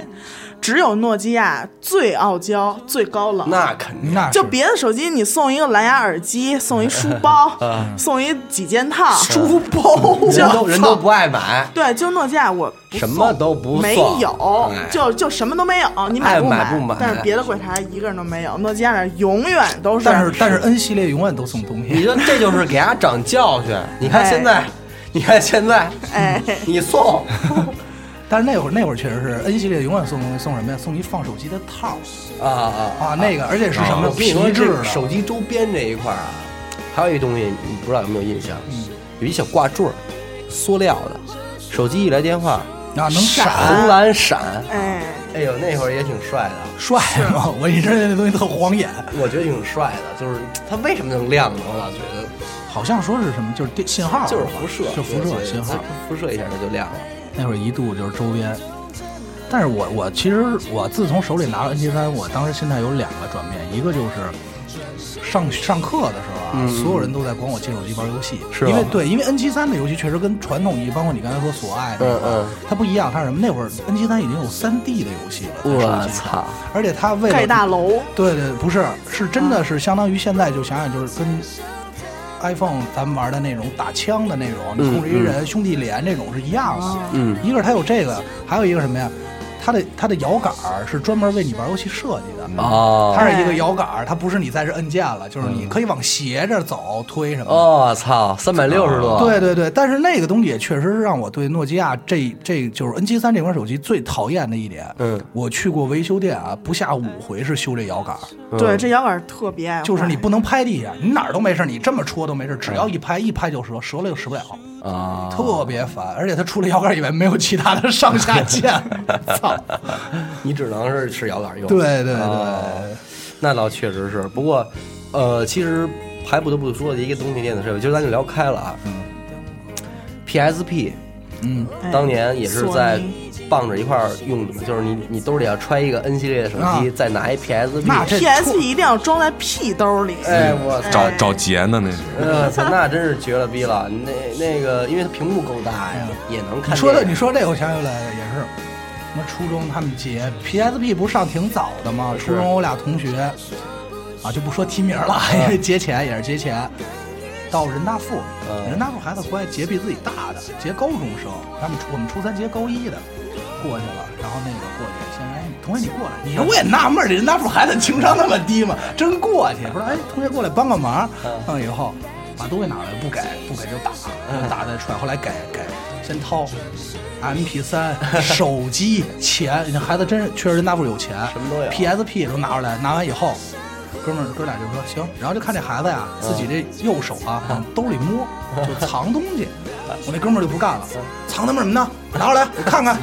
C: 只有诺基亚最傲娇、最高冷。
A: 那肯定。
B: 那是
C: 就别的手机，你送一个蓝牙耳机，送一书 包，送一几件套，书包
A: 啊人都人都不爱买，
C: 对，就诺基亚我不
A: 什么都不送
C: 没有
A: 哎，
C: 就就什么都没有，你买
A: 爱
C: 不
A: 买不买
C: 但是别的柜台一个人都没有，诺基亚那儿永远都是。
B: 但是但是 N 系列永远都送东
A: 你
B: 西，
A: 说这就是给他长教训。你看
C: 哎
A: 现在，你看现在，
C: 哎，
A: 你送
B: 但是那会儿那会儿确实是 N 系列永远送东西，送什么呀？送一放手机的套
A: 啊啊！
B: 啊，那个而且是什么
A: 我跟你
B: 皮
A: 说，
B: 质
A: 这
B: 的啊
A: 手机周边这一块儿啊，还有一东西，你不知道有没有印象？
B: 嗯
A: 有一小挂坠儿，塑料的，手机一来电话，
B: 啊，能闪
A: 红蓝闪。
C: 哎，
A: 哎呦，那会儿也挺帅的，
B: 帅吗？我一直觉得那东西特晃眼，
A: 我觉得挺帅的，就是它为什么能亮呢？我老觉得。
B: 好像说是什么就是电信号，
A: 就是辐射，
B: 就辐射信号。
A: 辐射一下它就亮了。
B: 那会儿一度就是周边。但是我我其实我自从手里拿了 N 七三，我当时心态有两个转变，一个就是上上课的时候啊，所有人都在管我借手机玩游戏，
A: 嗯是吧啊
B: 因为对，因为 N 七三的游戏确实跟传统游戏，包括你刚才说索爱
A: 嗯
B: 那个，
A: 嗯，
B: 它不一样，它是什么？那会儿 N 七三已经有三 D 的游戏了，在手机上
A: 我！操，
B: 而且它为了
C: 盖大楼，
B: 对对，不是，是真
A: 嗯
B: 的是相当于现在就想想就是跟 iPhone 咱们玩的那种打枪的那种，你控制一人、兄弟连这种是一样的。
A: 嗯
B: 一个是它有这个，还有一个什么呀？它的它的摇杆儿是专门为你玩游戏设计的。
A: 哦嗯
B: 它是一个摇杆儿，它不是你在这摁键了，就是你可以往斜着走推什么的。
A: 哦，操，三百六十度，
B: 对对对，但是那个东西也确实是让我对诺基亚这这就是 N 7 3这款手机最讨厌的一点。
A: 嗯
B: 我去过维修店啊，不下五回是修这摇杆儿。
C: 对，这摇杆儿特别爱坏，
B: 就是你不能拍地下，你哪儿都没事，你这么戳都没事，只要一拍一拍就折，折了又使不了，
A: 啊，
B: 特别烦。而且它除了摇杆以外没有其他的上下键，操！
A: 你只能是吃摇杆用。
B: 对对
A: 哦
B: 对，
A: 那倒确实是。不过，呃，其实还不得不说的一个东西电子设备，其实咱就聊开了啊。PSP
B: 嗯，
C: 哎
A: 当年也是在
C: 索尼
A: 傍着一块儿用的嘛，就是你你兜里要揣一个 N 系列的手机，
B: 啊
A: 再拿一 PSP，
B: 那这
C: PSP 一定要装在屁兜里。
A: 哎我操！
D: 找找劫呢那是。
A: 我操，那真是绝了逼了！那那个，因为它屏幕够大呀，也能看。
B: 你说的你，说这我想起来也是，什么初中他们结 PSP 不是上挺早的吗？初中我俩同学啊就不说提名了，因为 节前也是节前。到人大附，
A: 嗯
B: 人大附孩子回来结比自己大的，结高中生，他们初我们初三结高一的，过去了，然后那个过去，先哎，同学你过来，你说我也纳闷儿，这人大附孩子情商那么低吗？真过去，不是哎，同学过来帮个
A: 啊
B: 忙，嗯，以后把东西拿来，不给不给就打，
A: 啊
B: 打再踹，后来给给 先掏。M P 三、手机、钱，人家孩子真是确实人大附有钱，
A: 什么都有
B: P S P 都拿出来，拿完以后，哥们儿哥俩就说行，然后就看这孩子呀，自己这右手啊往兜里摸，就藏东西。我那哥们儿就不干了，藏他妈什么呢？拿出来我看看。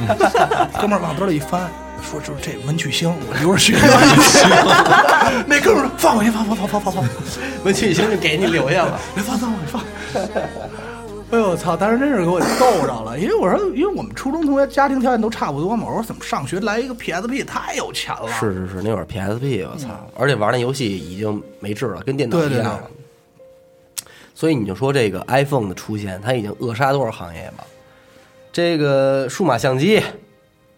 B: 哥们儿往兜里一翻，说就是这文曲星，我留着学文曲星。那哥们儿说放回去，放放放放放放，
A: 文曲星就给你留下了。
B: 别放放放。哎呦我操！当时真是给我逗着了，因为我说，因为我们初中同学家庭条件都差不多嘛，我说怎么上学来一个 PSP 太有钱了。
A: 是是是，那会儿 PSP，我操！而且玩那游戏已经没治了，跟电脑
B: 对
A: 一
B: 对
A: 样了。所以你就说这个 iPhone 的出现，它已经扼杀多少行业了？这个数码相机，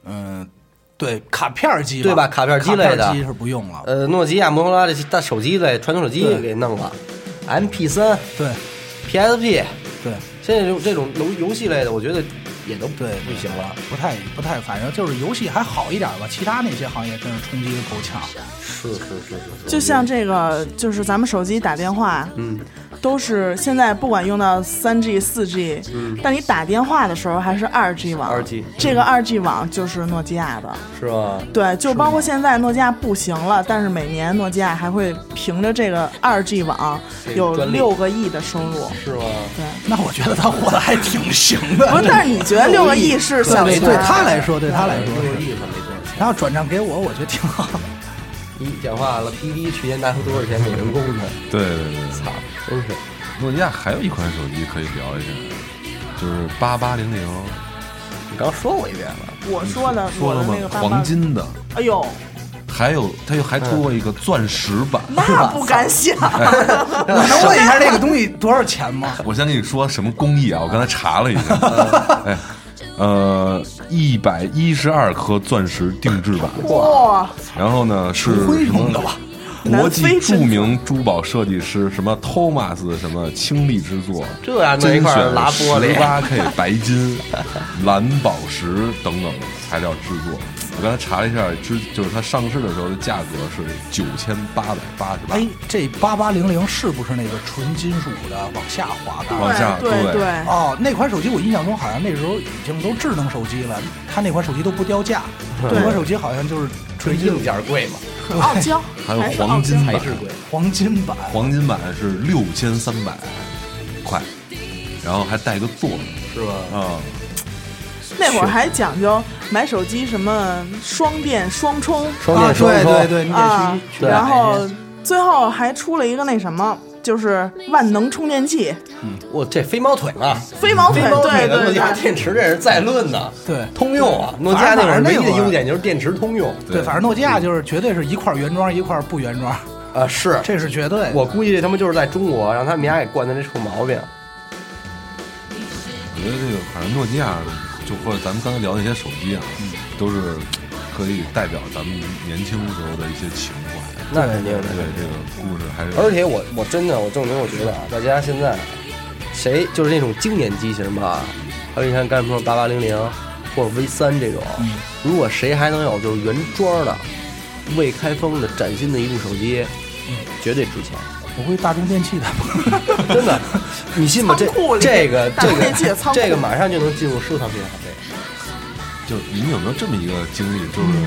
B: 嗯，对，卡片儿机嘛
A: 对吧卡片儿机
B: 卡片儿
A: 类的
B: 机是不用了。
A: 呃，诺基亚、摩托罗拉这些大手机类、传统手机
B: 对
A: 给弄了，MP 三、
B: 对
A: PSP，
B: 对，
A: 现在这种这种游游戏类的，我觉得也都不
B: 对
A: 不行了。
B: 不太不太，反正就是游戏还好一点吧，其他那些行业真是冲击的够呛。
A: 是是是是
C: 就像这个，就是咱们手机打电话，嗯，都是现在不管用到三 G、四 G，但你打电话的时候还是二 G 网。
A: 2G
C: 这个二 G 网就是诺基亚的，
A: 是吧？
C: 对，就包括现在诺基亚不行了，但是每年诺基亚还会凭着这个二 G 网
A: 这
C: 有
A: 专利
C: 六个亿的收入。
A: 是吗？
B: 那我觉得他活得还挺行的。
C: 不是，但是你觉得六个亿是小
B: 对
C: 钱？
B: 对他来说，对他来说，
A: 有意思没错。
B: 然后转账给我，我觉得挺好。
A: 一讲话了，PD 去年拿出多少钱给人工呢？
D: 对对对，
A: 操，真是
D: 诺基亚还有一款手机可以聊一下，就是八八零零，
A: 你刚说过一遍了。
C: 我说的，
D: 说
C: 我
D: 了
C: 的
D: 吗
C: 那个？爸爸
D: 黄。金的，
C: 哎呦，
D: 还有它又还出过一个钻石版。
C: 那不敢想。
B: 我能问一下这个东西多少钱吗？
D: 我先跟你说什么工艺啊，我刚才查了一下，哎，呃，一百一十二颗钻石定制版，
C: 哇，
D: 然后呢是
B: 灰
D: 什么
B: 蒙的吧？
D: 国际著名珠宝设计师什么 Thomas 什么倾力之作，
A: 这样弄一
D: 精
A: 块儿
D: 选
A: 拉玻璃
D: 十八 K 白金、 蓝宝石等等材料制作。我刚才查了一下，之就是它上市的时候的价格是九千八百八十八，
B: 哎，这八八零零是不是那个纯金属的往下滑的？
D: 往下
C: 对
D: 对
C: 对，
B: 哦，那款手机我印象中好像那时候已经都智能手机了，它那款手机都不掉价，
C: 对
B: 那款手机好像就是
A: 这
B: 纯金
A: 硬件贵嘛，
C: 很傲娇，
D: 还有
C: 还是傲
D: 黄
C: 娇
D: 金版
A: 材，质贵。
B: 黄金版。
D: 黄金版是六千三百块，然后还带个座
A: 是吧？
D: 啊，
C: 那会儿还讲究买手机什么双电双充
A: 双
B: 啊，
A: 电双
B: 对
A: 充
B: 对对，你得
C: 啊
B: 去，去
C: 然
B: 买
C: 后最后还出了一个那什么，就是万能充电器，
A: 我这飞毛腿嘛，
C: 飞毛腿，
A: 飞毛
C: 对
A: 腿的诺
C: 对
A: 基亚
C: 对，
A: 电池这是再论呢，
B: 对
A: 通用啊，诺基亚那会儿唯一的优点就是电池通用
B: 对，反正诺基亚就是绝对是一块原装一块不原装，
A: 啊，是
B: 这是绝对。
A: 我估计这他妈就是在中国啊让他们家给惯的这臭毛病。
D: 我觉得这个反正诺基亚就或者咱们刚才聊的那些手机啊，都是可以代表咱们年轻时候的一些情怀。
A: 那肯定的，
D: 对这个故事还是
A: 而且我我真的我证明，我觉得啊，大家现在谁就是那种经典机型吧，还有你看刚才说八八零零或者 V 三这种，如果谁还能有就是原装的、未开封的、崭新的一部手机，绝对值钱，
B: 我会大众电器的，
A: 真的，你信吗？这
C: 仓库里
A: 这个
C: 大
A: 这
C: 众
A: 个
C: 电器的仓库
A: 这个马上就能进入收藏品行列。
D: 就你们有没有这么一个经历，就是
A: 嗯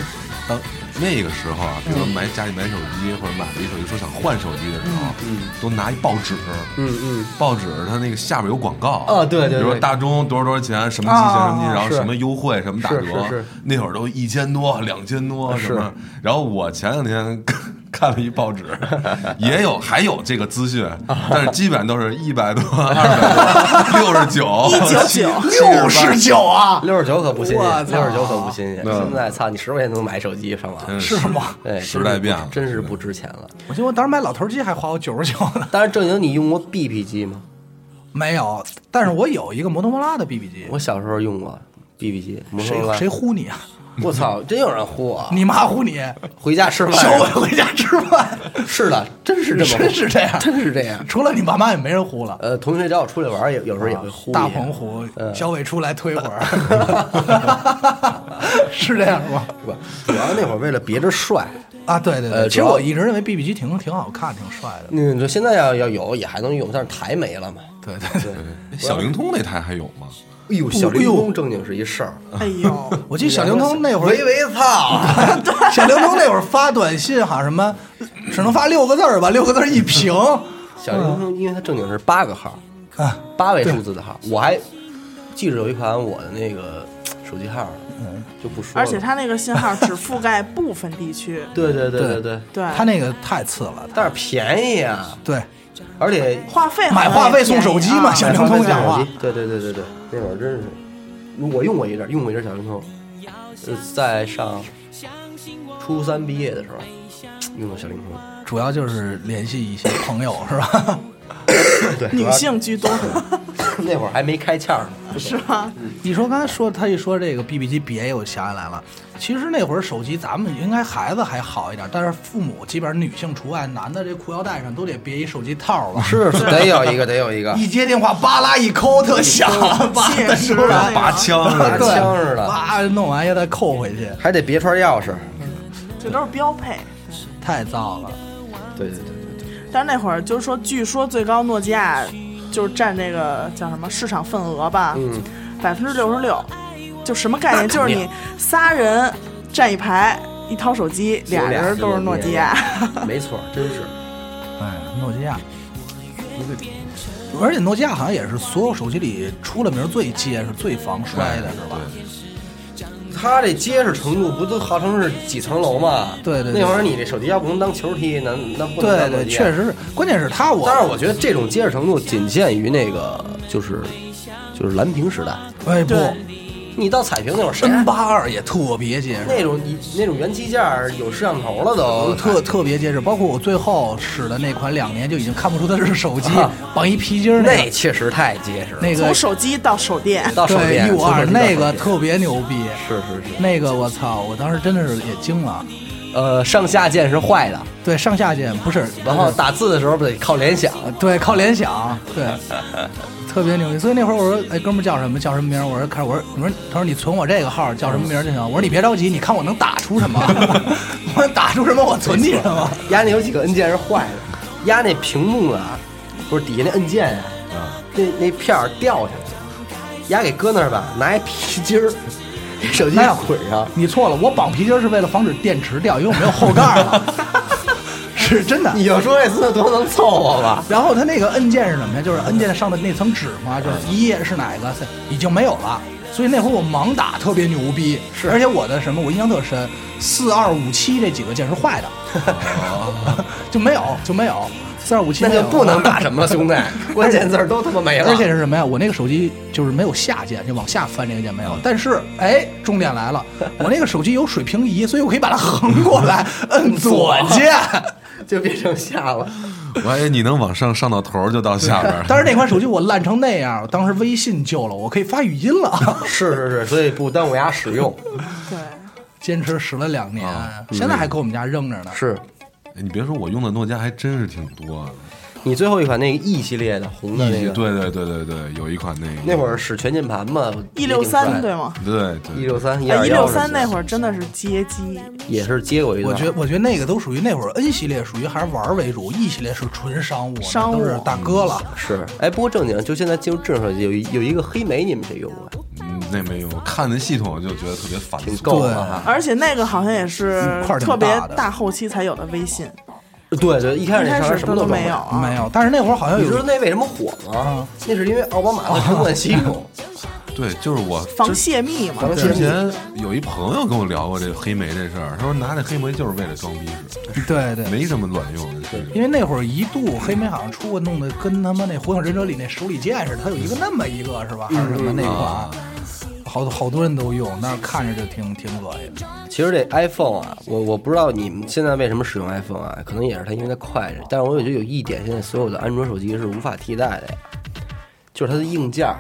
D: 当那个时候啊，比如说买家里买手机或者买了一手机说想换手机的时候，都拿一报纸，
A: 嗯嗯，
D: 报纸它那个下边有广告
A: 啊对对对啊
D: 比如说大中多少多少钱，什么机型什么机，然后什么优惠什么打折
A: 是是是，啊
D: 那会儿都一千多、两千多
A: 是
D: 什么。然后我前两天看了一报纸，也有还有这个资讯，但是基本上都是一百多、二百多、六十九、
C: 199
B: 六十九啊，
A: 六十九可不新
B: 我
A: 鲜，
B: 操
A: 六十九可不新鲜。
D: 嗯
A: 现在操，你十块钱都能买手机上网，
D: 真
B: 是吗？
A: 对，
D: 嗯时代变了
A: 真是不值钱了。
B: 我记得我当时买老头机还花我九十九呢，
A: 但是正经，你用过 BP 机吗？
B: 没有，但是我有一个摩托罗拉的 BB 机，
A: 我小时候用过 BB 机，摩托罗
B: 谁
A: 拉
B: 谁呼你啊？
A: 我操，真有人唬我！
B: 你妈呼你，
A: 回家吃
B: 小伟
A: 饭，
B: 回家吃饭，
A: 是的，真是这么，
B: 真是这样
A: 真是这样。
B: 除了你爸妈也没人呼了。
A: 呃，同学找我出去玩儿，也有时候也嗯会呼一下
B: 大鹏呼，小伟出来推会 儿， 是这样吗？
A: 是吧？主要那会儿为了别着帅，
B: 啊，对对对，
A: 呃
B: 其实
A: 主要
B: 我一直认为 BB 机挺挺好看，挺帅的。
A: 嗯，就现在要要有也还能用，但是台没了嘛。
B: 对对对，
D: 小灵通那台还有吗？
A: 哎呦，小灵通正经是一事儿。
B: 啊
C: 哎呦，
B: 我记得小灵通那会儿
A: 喂喂 操！
B: 小灵通那会儿发短信好像什么，只能发六个字儿吧，六个字儿一 屏
A: 小灵通，因为它正经是八个号，
B: 啊，
A: 八位数字的号，我还记着有一款我的那个手机号，
B: 嗯
A: 就不说了。
C: 而且它那个信号只覆盖部分地区，
A: 对对对对
B: 对
A: 对，
C: 对，
B: 它那个太次了，
A: 但是便宜啊，
B: 对，
A: 而且
C: 话费好
B: 买
C: 像
B: 话费送手机嘛，
C: 也便宜啊
B: 想灵通讲话，
A: 对对对对对，那会儿真是，我用过一阵儿，用过一阵儿小灵通，呃，在上初三毕业的时候用的小灵通，
B: 主要就是联系一些朋友是吧？
A: 对，
C: 女性居多，
A: 那会儿还没开窍 呢，
C: 是吧？
B: 你说刚才说他一说这个 BB 机别，我想起来了。其实那会儿手机，咱们应该孩子还好一点，但是父母基本上女性除外，男的这裤腰带上都得别一手机套了。
A: 是得有一个得有一个，
B: 一接电话，巴拉一抠，特响，叭
C: 切
B: 的
C: 实
B: 出来，
C: 的
D: 拔枪啊似
A: 拿
D: 的。
A: 枪似的，
B: 叭弄完也再扣回去，
A: 还得别串钥匙，
C: 这都是标配。
B: 太糟了。
A: 对对对对
C: 但是那会儿就是说，据说最高诺基亚就是占这个叫什么市场份额吧，
A: 嗯
C: 百分之六十六，就什么概念？就是你仨人站一排，一掏手机，俩人都是诺基亚。
A: 对，没错，真是，
B: 哎，诺基亚，而且诺基亚好像也是所有手机里出了名最结实、最防摔的，是吧？
A: 它这结实程度不都号称是几层楼嘛？
B: 对对对
A: 那会儿你这手机要不能当球踢，那那不能
B: 对
A: 当诺
B: 对，
A: 基亚
B: 确实是。关键是他我，
A: 但是我觉得这种结实程度仅限于那个，就是就是蓝屏时代。
B: 哎不，
C: 对
A: 你到彩屏那会儿，谁
B: 真八二也特别结实，
A: 那种你那种元器件儿有摄像头了都，
B: 特特别结实。包括我最后使的那款，两年就已经看不出它是手机
A: 啊，
B: 绑一皮筋儿
A: 那
B: 那
A: 确实太结实了。
B: 那
C: 从
B: 个
C: 手机到手电，
A: 到手
B: 对
A: 边
B: 一五
A: 从
B: 二
A: 手机到手边
B: 那个特别牛逼，
A: 是是是，
B: 那个我操，我当时真的是也惊了。
A: 呃，上下键是坏的，
B: 对，上下键不是，
A: 然后打字的时候不得靠联想。
B: 呃对，靠联想，对， 特别牛逼。所以那会儿我说，哎，哥们儿叫什么？叫什么名儿？我说，开始我说，你说，他说你存我这个号叫什么名儿就行。我说你别着急，你看我能打出 什么？我说打出什么我存你什么？
A: 压那有几个按键是坏的，压那屏幕啊，不是底下那按键啊，那那片儿掉下来了，压给搁那儿吧，拿一皮筋儿，手机
B: 那
A: 捆上。
B: 你错了，我绑皮筋儿是为了防止电池掉，因为我没有后盖儿 了，是真的。
A: 你就说这斯多能凑合吧？
B: 然后它那个按键是什么呀？就是按键上的那层纸嘛，就是
A: 嗯
B: 一页是哪个，已经没有了。所以那会儿我盲打特别牛逼，是，而且我的什么我印象特深，四二五七这几个键是 坏的， 就没有就没有，四二五七
A: 那就不能打什么了， 兄弟，关键字儿都他妈没了。
B: 而且是什么呀？我那个手机就是没有下键，就往下翻这个键没有。但是，哎，重点来了，我那个手机有水平仪，所以我可以把它横过来，摁左键。
A: 就变成下了。
D: 我还以为你能往上上到头儿就到下边儿。
B: 但是那款手机我烂成那样，当时微信救了我，可以发语音了。
A: 是是是，所以不耽误牙使用。
C: 对，
B: 坚持使了两年，
D: 啊
B: 现在还搁我们家扔着呢。
A: 是
D: 哎你别说我用的诺基亚还真是挺多的。
A: 你最后一款那个 E 系列的红的那个，
D: 对对对对对，有一款那个
A: 那会儿使全键盘嘛
C: 一六三对吗？
D: 对
A: 一
D: 对
A: 六三一
C: 哎，
A: 二
C: 一六三那会
A: 儿
C: 儿真的是街机，
A: 也是接过一段。
B: 我觉得，我觉得那个都属于那会儿 N 系列属于还是玩儿为主，E 系列是纯商务，
C: 商务
B: 那都是大哥了。
A: 是，哎，不过正经，就现在进入智能手机有一有一个黑莓，你们谁用过？
D: 嗯，那没用，我看那系统就觉得特别啊烦，
A: 挺够的哈。
C: 而且那个好像也是
B: 嗯块儿挺
C: 特
B: 大的
C: 别大后期才有的微信，
A: 对对，一开始
C: 一
A: 那
C: 开
A: 上面
C: 始
A: 什
C: 它
A: 么
C: 都
A: 装
C: 没有。啊。
B: 没有，但是那会儿好像
A: 你知道
B: 有
A: 那为什么火吗？那是因为奥巴马和陈冠希用。
D: 对，就是我
C: 防泄密嘛，
A: 防泄
D: 之前有一朋友跟我聊过这黑莓这事儿，他说拿那黑莓就是为了装逼使，
B: 对对，
D: 没什么卵用。这是
B: 因为那会儿一度黑莓好像出过弄得跟他妈那《火影忍者》里那手里剑似的，它有一个那么一个是吧？
D: 嗯
B: 还是什么那
D: 啊
B: 款，好多好多人都用，但是看着就挺挺恶心的。
A: 其实这 iPhone 啊，我我不知道你们现在为什么使用 iPhone 啊，可能也是它因为它快着，但是我觉得有一点，现在所有的安卓手机是无法替代的呀，就是它的硬件儿，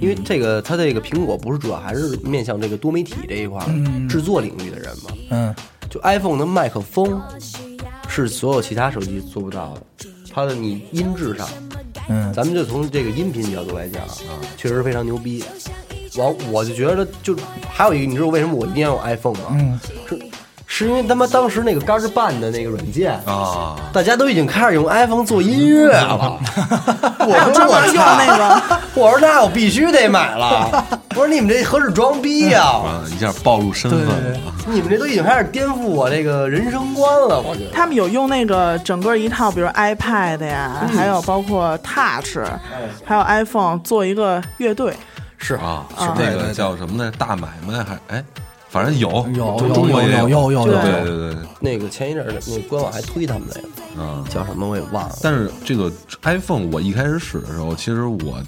A: 因为这个它这个苹果不是主要还是面向这个多媒体这一块儿、制作领域的人嘛，
B: 嗯，
A: 就 iPhone 的麦克风是所有其他手机做不到的，它的你音质上，
B: 嗯
A: 咱们就从这个音频角度来讲啊，确实非常牛逼。完，我就觉得就还有一个，你知道为什么我一定要用 iPhone 吗？
B: 嗯，
A: 是是因为他妈当时那个 GarageBand 的那个软件，
D: 啊，
A: 大家都已经开始用 iPhone 做音乐了。嗯我
C: 还有
A: 说
C: 专门
A: 我
C: 用
A: 操
C: 那个，
A: 我说那我必须得买 了。我说你们这何止装逼呀、
D: 啊，一下暴露身份
B: 对对对
D: 了。
A: 你们这都已经开始颠覆我这个人生观了，我觉得。
C: 他们有用那个整个一套，比如
A: 嗯哎
C: iPad 呀，还有包括 Touch，还有 iPhone 做一个乐队，
B: 是
D: 啊，
B: 是
D: 那
B: 对对
D: 个
B: 对
D: 叫什么来？大买卖还哎，反正有
B: 有
D: 中
B: 有
D: 中国也
B: 有有有
D: 对
B: 有
D: 对对对，
A: 那个前一阵儿那官网还推他们那个
D: 嗯。
A: 叫什么我也忘了，
D: 但是这个 iPhone 我一开始使的时候，其实我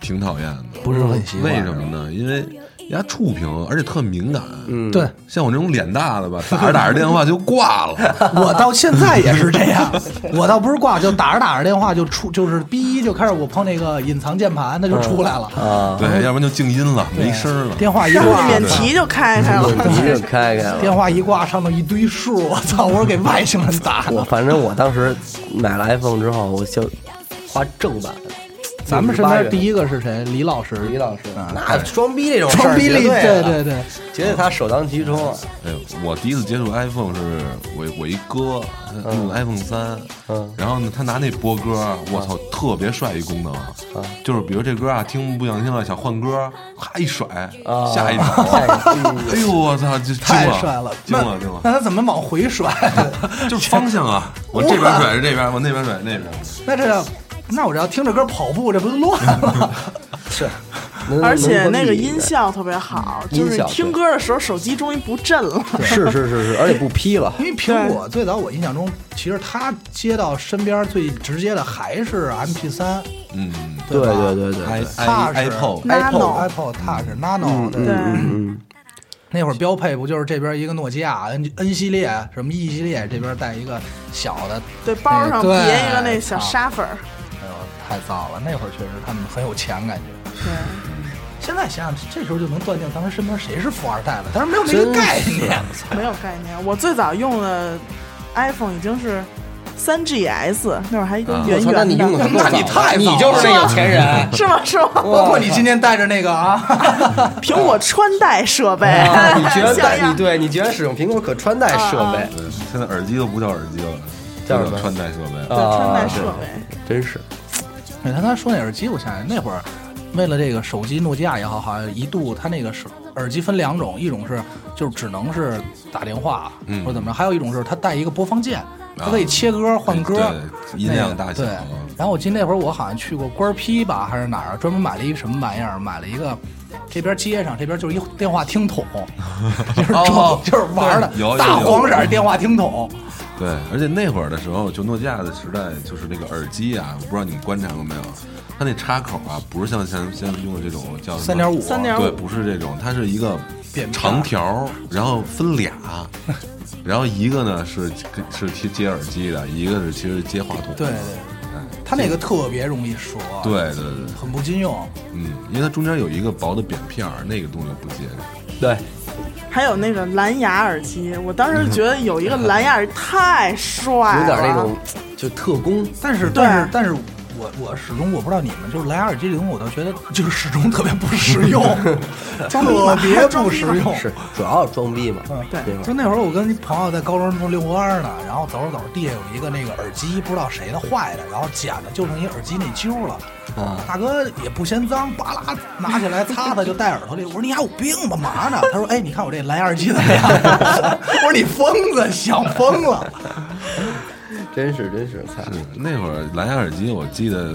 D: 挺讨厌的，
B: 不是很习惯
D: 为什么呢？因为人家触屏，而且特敏感。嗯，
B: 对
D: 像我这种脸大的吧，打着打着电话就 挂了。
B: 我到现在也是这样，我倒不是挂，就打着打着电话就出，就是逼就开始我碰那个隐藏键盘，它就出来了，
D: 嗯
A: 啊，
D: 对，要不然就静音了，
B: 对
D: 没声儿了。
B: 电话一
C: 然后
B: 挂，
C: 免提就开开了。
A: 你就开开
B: 电
A: 了。
B: 话一挂，上头一堆数，我操！我说给外星人打
A: 我
B: 的。
A: 反正我当时买了 iPhone 之后，我就花正版。
B: 咱们身边第
A: 一
B: 一个是谁？李老师，
A: 李老师，
B: 啊
A: 那装哦逼这种事儿
B: 装逼
A: 绝
B: 力，对
A: 对啊
B: 对
A: 对，
B: 对，
A: 绝对他首当其冲 啊。
D: 哎呦，我第一次接触 iPhone 是我我一哥他用的 iPhone 三，
A: 嗯
D: 然后呢，他拿那播歌，我操，特别帅一功能，啊就是比如这歌啊听不想听了，想换歌，咔一甩，
A: 啊
D: 下一 首，
A: 下一个嗯
D: 哎呦我操，这惊
B: 太帅了
D: 了，，惊
B: 那
D: 了 惊了，
B: 那他怎么往回甩？
D: 就是方向啊，我这边甩是这边，我那边甩是那边，
B: 那这要，那我这要听着歌跑步，这不就乱了？是，
A: 能
C: 而且
A: 能
C: 那个
A: 理解
C: 音效特别好，
A: 嗯音
C: 就是
A: 效对
C: 听歌的时候手机终于不震了。
A: 是是是是，而且不批了。
B: 因为苹果最早我印象中，其实他接到身边最直接的还是 MP 三，
D: 嗯
A: 对
B: 吧
A: 对
B: 哎
A: 对对
D: ，i
A: 对，
B: 踏
D: i
B: 实
D: iPod，
C: Nano
B: Apple Touch Nano，对
C: 对，
A: 嗯
B: 那会儿标配不就是这边一个诺基亚 N N 系列，什么 E 系列，这边带一个小的，
C: 对，包
A: 哎
C: 上
B: 对
C: 别一个那小
B: 啊
C: 沙粉儿。
B: 哎呦，太糟了！那会儿确实他们很有钱，感觉。
C: 对，
B: 现在想想，这时候就能断定当时身边谁是富二代了，但是没有那
A: 真
B: 个
A: 是
B: 概念。
C: 没有概念。我最早用的 iPhone 已经是三 GS，那会儿还一个
D: 啊
A: 我
C: 圆
A: 操，
C: 圆
A: 那
C: 的。
A: 你用的
B: 那你太
A: 你
B: 早
A: 就是那有钱 人。
C: 是吗？是吗？
A: 哦
B: 包括你今天带着那个啊，
C: 苹果穿戴设备，
A: 啊你居然
C: 像
A: 带
C: 样
A: 你对你居然使用苹果可穿戴设备，
D: 对现在耳机都不叫耳机了，
A: 叫什
D: 就
A: 么
D: 穿戴设备
C: 对穿戴
A: 啊
C: 设备，
A: 真是
B: 你看哎他说那耳机，我想想那会儿，为了这个手机，诺基亚也好，好像一度它那个手耳机分两种，一种是就是只能是打电话、
D: 嗯
B: 或者怎么着，还有一种是它带一个播放键，它可以切歌换歌。
D: 对音量大小啊
B: 对，然后我记得那会儿我好像去过官批吧，还是哪儿，专门买了一个什么玩意儿，买了一个。这边街上，这边就是一电话听 筒，就是装、
D: 哦
B: 就是玩的
D: 对有有
B: 大
D: 有
B: 黄色儿电话听筒，
D: 对，而且那会儿的时候，就诺基亚的时代，就是那个耳机啊，我不知道你们观察过没有，它那插口啊，不是像现在现在用的这种叫什么
B: 3.5
C: 3.5
D: 对，不是这种，它是一个
B: 扁平
D: 长条，然后分俩，然后一个呢是是接接耳机的，一个是其实接话筒的。
B: 对对它那个特别容易说，，
D: 对对对，
B: 很不经用。
D: 嗯，因为它中间有一个薄的扁片儿，那个东西不结实。
A: 对，
C: 还有那个蓝牙耳机，我当时觉得有一个蓝牙耳机太帅了，
A: 嗯有点那种就特工，
B: 但是
C: 对
B: 但是但是我我始终我不知道你们就是蓝牙耳机这种，我倒觉得就是始终特别不实 用，特别不实用。
A: 是主要是装逼嘛，
C: 对
A: 那会
B: 就
A: 儿
B: 那会儿，我跟朋友在高中时候遛弯儿呢，然后走着走着，地下有一个那个耳机，不知道谁的坏的，然后捡的就剩一耳机那揪了。大哥也不嫌脏，巴拉拿起来擦擦就戴耳朵里。我说你还有病吧，嘛呢？他说哎，你看我这蓝牙耳机怎么样？ 我说你疯子，想疯了。
A: 真是真是，操，
D: 是嗯那会儿蓝牙耳机，我记得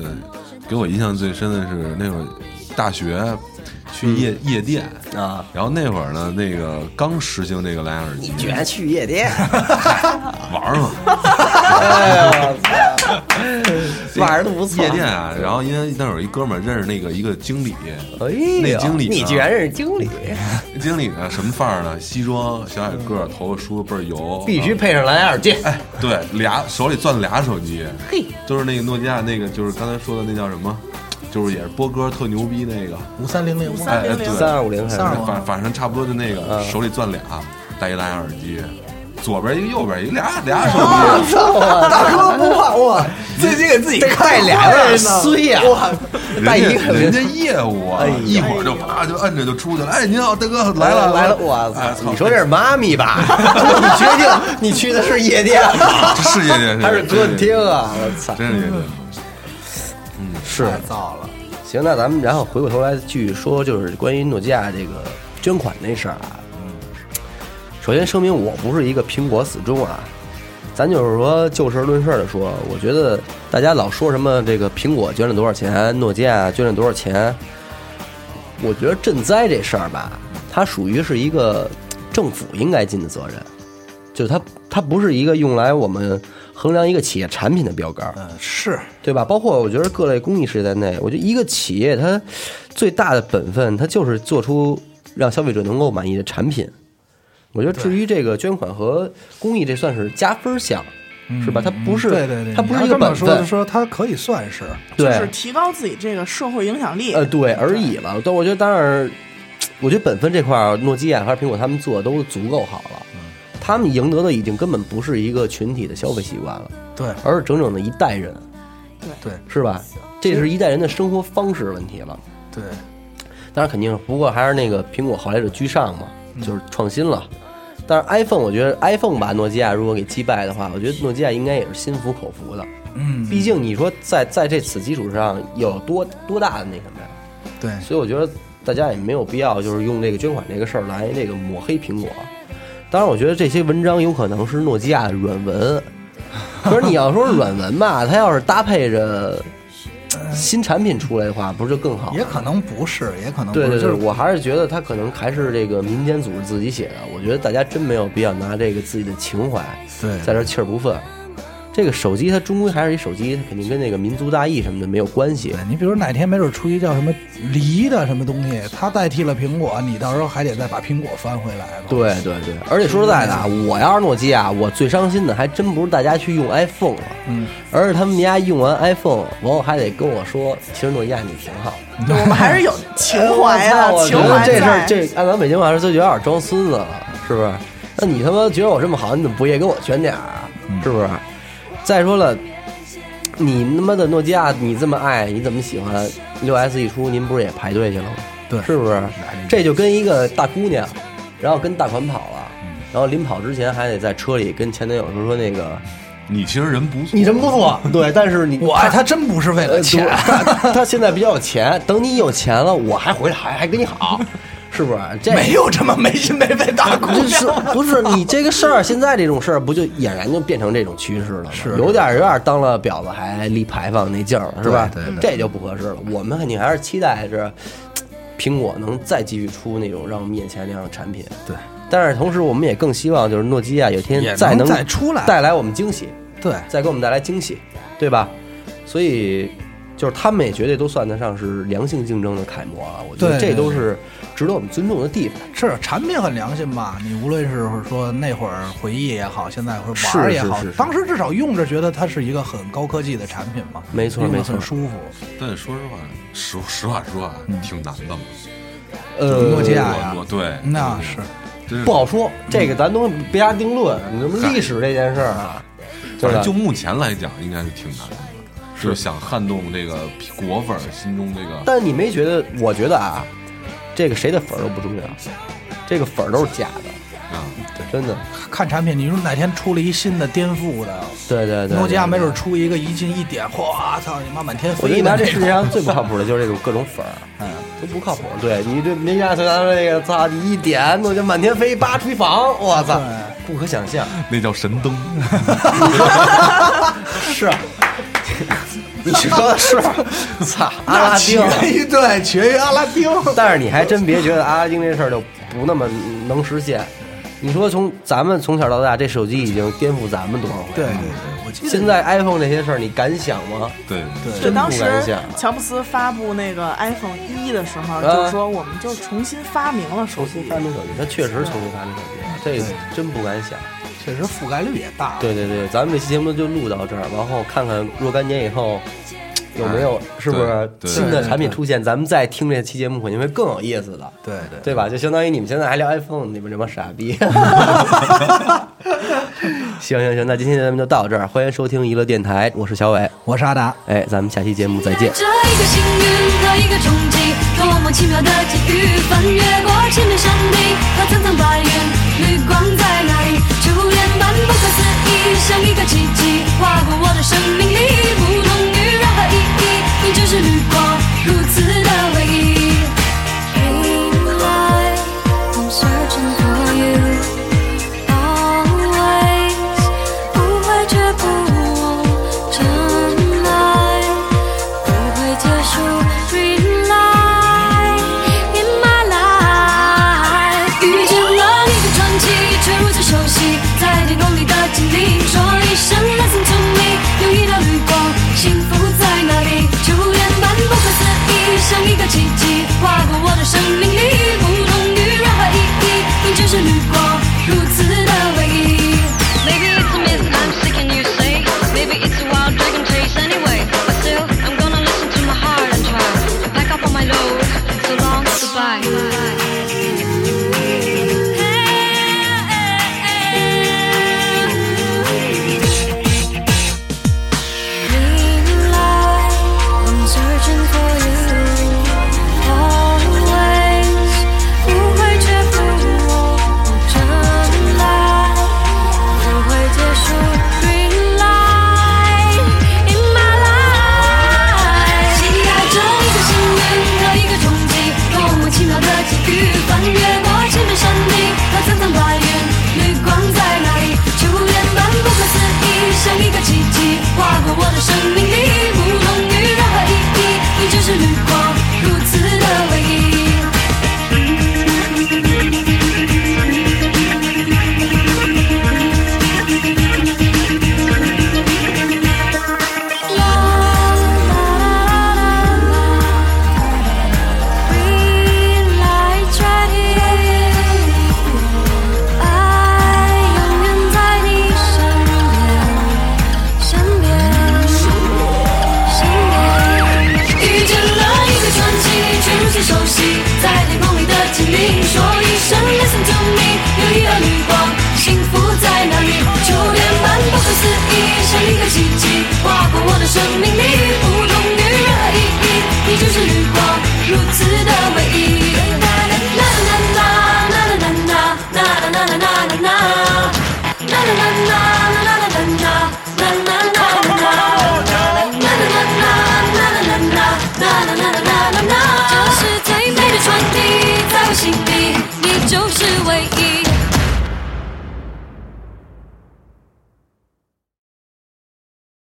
D: 给我印象最深的是那会儿大学去夜、夜店
A: 啊，
D: 然后那会儿呢，那个刚实行这个蓝牙耳机，
A: 居然去夜 店，
D: 玩儿 嘛，
A: 哎 玩儿的不错
D: 夜店啊。然后因为那会儿有一哥们儿认识那个一个经理，
A: 哎呦，
D: 那经理呢啊
A: 你居然认识经理，
D: 经理呢什么范儿呢？西装小矮个儿，头发梳得倍儿油，
A: 必须配上蓝牙耳机，
D: 哎，对，俩手里攥俩手机，
A: 嘿，
D: 就是那个诺基亚那个，就是刚才说的那叫什么，就是也是播歌特牛逼那个，
B: 五三零零
C: 五
D: 哎
C: 三
D: 哎
C: 零
D: 对
C: 零，
A: 三二五零还嗯是
B: 三二五
D: 反反正差不多就那个，手里攥俩，戴一蓝牙耳机，左边一个，右边一个，俩俩手 机。
B: 大哥不怕我，自己给自己
A: 带俩人衰 呀，带一
D: 人家
A: 个哎
D: 人家业务啊，一会儿就啪就摁着就出去了。哎，您好，大哥，来了
A: 来了，
D: 我
A: 我操！你说这是妈咪吧？ 你决定你去的是夜店吗？
D: 是夜 店
A: 还是歌厅 啊？我操！
D: 真是夜店。
A: 是
B: 太糟了。
A: 行，那咱们然后回过头来继续说，就是关于诺基亚这个捐款那事儿啊。首先声明，我不是一个苹果死忠啊，咱就是说就事论事的说，我觉得大家老说什么这个苹果捐了多少钱，诺基亚捐了多少钱，我觉得赈灾这事儿吧，它属于是一个政府应该尽的责任，就是它它不是一个用来我们衡量一个企业产品的标杆儿，
B: 嗯，是
A: 对吧？包括我觉得各类公益事业在内，我觉得一个企业它最大的本分，它就是做出让消费者能够满意的产品。我觉得至于这个捐款和公益，这算是加分项，是吧？它不是，
B: 嗯对对对，
A: 它不是一
B: 你
A: 个
B: 要这么
A: 本
B: 说，就
A: 分，
B: 说它可以算是，
C: 就
A: 对，
C: 是提高自己这个社会影响力。
A: 呃，对而已了。但我觉得，当然，我觉得本分这块儿，诺基亚还是苹果他们做的都足够好了。
B: 嗯
A: 他们赢得的已经根本不是一个群体的消费习惯了，
B: 对
A: 而是整整的一代人，
B: 对
A: 是吧？这是一代人的生活方式问题了。
B: 对，
A: 当然肯定，不过还是那个苹果后来者居上嘛，
B: 嗯
A: 就是创新了。但是 iPhone，我觉得 iPhone 把诺基亚如果给击败的话，我觉得诺基亚应该也是心服口服的。
B: 嗯，
A: 毕竟你说在在这此基础上有多多大的那什么呀？
B: 对，
A: 所以我觉得大家也没有必要就是用这个捐款这个事儿来那个抹黑苹果。当然，我觉得这些文章有可能是诺基亚的软文，可是你要说是软文吧，它要是搭配着新产品出来的话，不是就更好？
B: 也可能不是，也可能不
A: 对
B: 是，
A: 对
B: 就
A: 对，
B: 是
A: 我还是觉得它可能还是这个民间组织自己写的。我觉得大家真没有必要拿这个自己的情怀
B: 对
A: 在这儿锲而不奋。这个手机它终归还是一手机，它肯定跟那个民族大义什么的没有关系。
B: 对你比如哪天没准出一叫什么梨的什么东西，它代替了苹果，你到时候还得再把苹果翻回来嘛。
A: 对对对，而且说实在的啊，我要是诺基亚，我最伤心的还真不是大家去用 iPhone 了，
B: 嗯，
A: 而是他们家用完 iPhone，完后还得跟我说，其实诺基亚你挺好。
C: 对我们还是有情怀
A: 哎 我
C: 的，
A: 操
C: 情
A: 我觉得
C: 怀
A: 这事儿，
C: 在。
A: 这按咱北京话说，就有点装孙子了，是不是？那你他妈觉得我这么好，你怎么不也给我捐点儿啊？是不是？再说了，你他妈的诺基亚，你这么爱，你怎么喜欢？六 S 一出，您不是也排队去了吗？
B: 对
A: 是不是？这就跟一个大姑娘，然后跟大款跑了，然后临跑之前还得在车里跟前男友说说那个，
D: 你其实人不错，
A: 你真不 错，对，但是你
B: 我爱他真不是为了
A: 呃，
B: 钱
A: 对，他他现在比较有钱，等你有钱了，我还回来还还跟你好，是不是？这
B: 没有这么没心没肺 大姑
A: 就
B: 娘。
A: 是不是你这个事儿，现在这种事儿不就俨然就变成这种趋势了吗？
B: 是
A: 有点儿有点儿当了婊子还立牌坊那劲儿了，是吧？
B: 对对
A: 这就不合适了。我们肯定还是期待着嘖苹果能再继续出那种让我们眼前亮的产品。
B: 对，
A: 但是同时我们也更希望就是诺基亚有一
B: 也
A: 天
B: 能
A: 能
B: 再出来
A: 带来我们惊喜，
B: 对，
A: 再给我们带来惊喜，对吧？所以就是他们也绝对都算得上是良性竞争的楷模啊了。我觉得
B: 对
A: 这都
B: 对对
A: 是值得我们尊重的地方。
B: 是产品很良心吧？你无论是说那会儿回忆也好，现在或者玩
A: 是
B: 儿也
A: 是
B: 好
A: 是，是
B: 当时至少用着觉得它是一个很高科技的产品嘛，
A: 没错
B: 用着
A: 没错
B: 很舒服。
D: 但说实话，实实话实说啊，
A: 嗯
D: 挺难的嘛。
A: 呃，
B: 诺基亚呀
D: 我我对，
B: 那是
D: 真是
A: 不好说，这个咱都别下定论。你什么历史这件事儿啊，就
B: 嗯
D: 反
A: 是
D: 正就目前来讲，应该是挺难的。就是想撼动这个果粉儿心中这个，
A: 但你没觉得？我觉得啊，这个谁的粉儿都不重要，这个粉儿都是假的，
D: 啊，
A: 真的。
B: 看产品，你说哪天出了一新的颠覆的，
A: 对对对，
B: 诺基亚没准
A: 对。对
B: 出一个一进一点，哗操你妈满天
A: 我觉得
B: 飞
A: 拿
B: 的
A: 这
B: 那
A: 世
B: 种
A: 界。上最不靠谱的就是这种各种粉儿，
B: 嗯，
A: 都不靠谱。对你这没想到这个，操你一点我就满天飞，叭出一房，我操，不可想象。
D: 那叫神灯。
A: 是，你说的是，操，阿
B: 那
A: 拉
B: 起
A: 丁。
B: 源于对，起源于阿拉丁。
A: 但是你还真别觉得阿拉丁这事儿就不那么能实现。你说从咱们从小到大，这手机已经颠覆咱们多少回？
B: 对对。对，我记得
A: 现在 iPhone 这些事儿，你敢想吗？
D: 对对
C: 就
A: 真
C: 当
A: 不
C: 时
A: 敢想
C: 乔布斯发布那个 iPhone 一的时候，
A: 啊
C: 就说我们就重新发明了手
A: 重新
C: 机。
A: 发明手机，它确实重新发明手机，这个真不敢想。
B: 确实覆盖率也大。
A: 对对对，咱们这期节目就录到这儿，然后看看若干年以后有没有是不是
D: 对对
A: 新的产品出现，咱们再听这期节目肯定会更有意思的。
B: 对对
A: 对吧？就相当于你们现在还聊 iPhone，你们这帮傻逼。行行行，那今天咱们就到这儿，欢迎收听娱乐电台，我是小伟，
B: 我是阿达。
A: 哎，咱们下期节目再见。
F: 这一个幸运和一个冲击，多么奇妙的际遇！翻越过千面山顶和层层白云，绿光在哪里？初恋般不可思议，像一个奇迹，划过我的生命里，不同于任何意义。你只是绿光，如此的唯一。Green light, I'm searching for you. Always，不会却步，真爱。不会结束，Green light，生命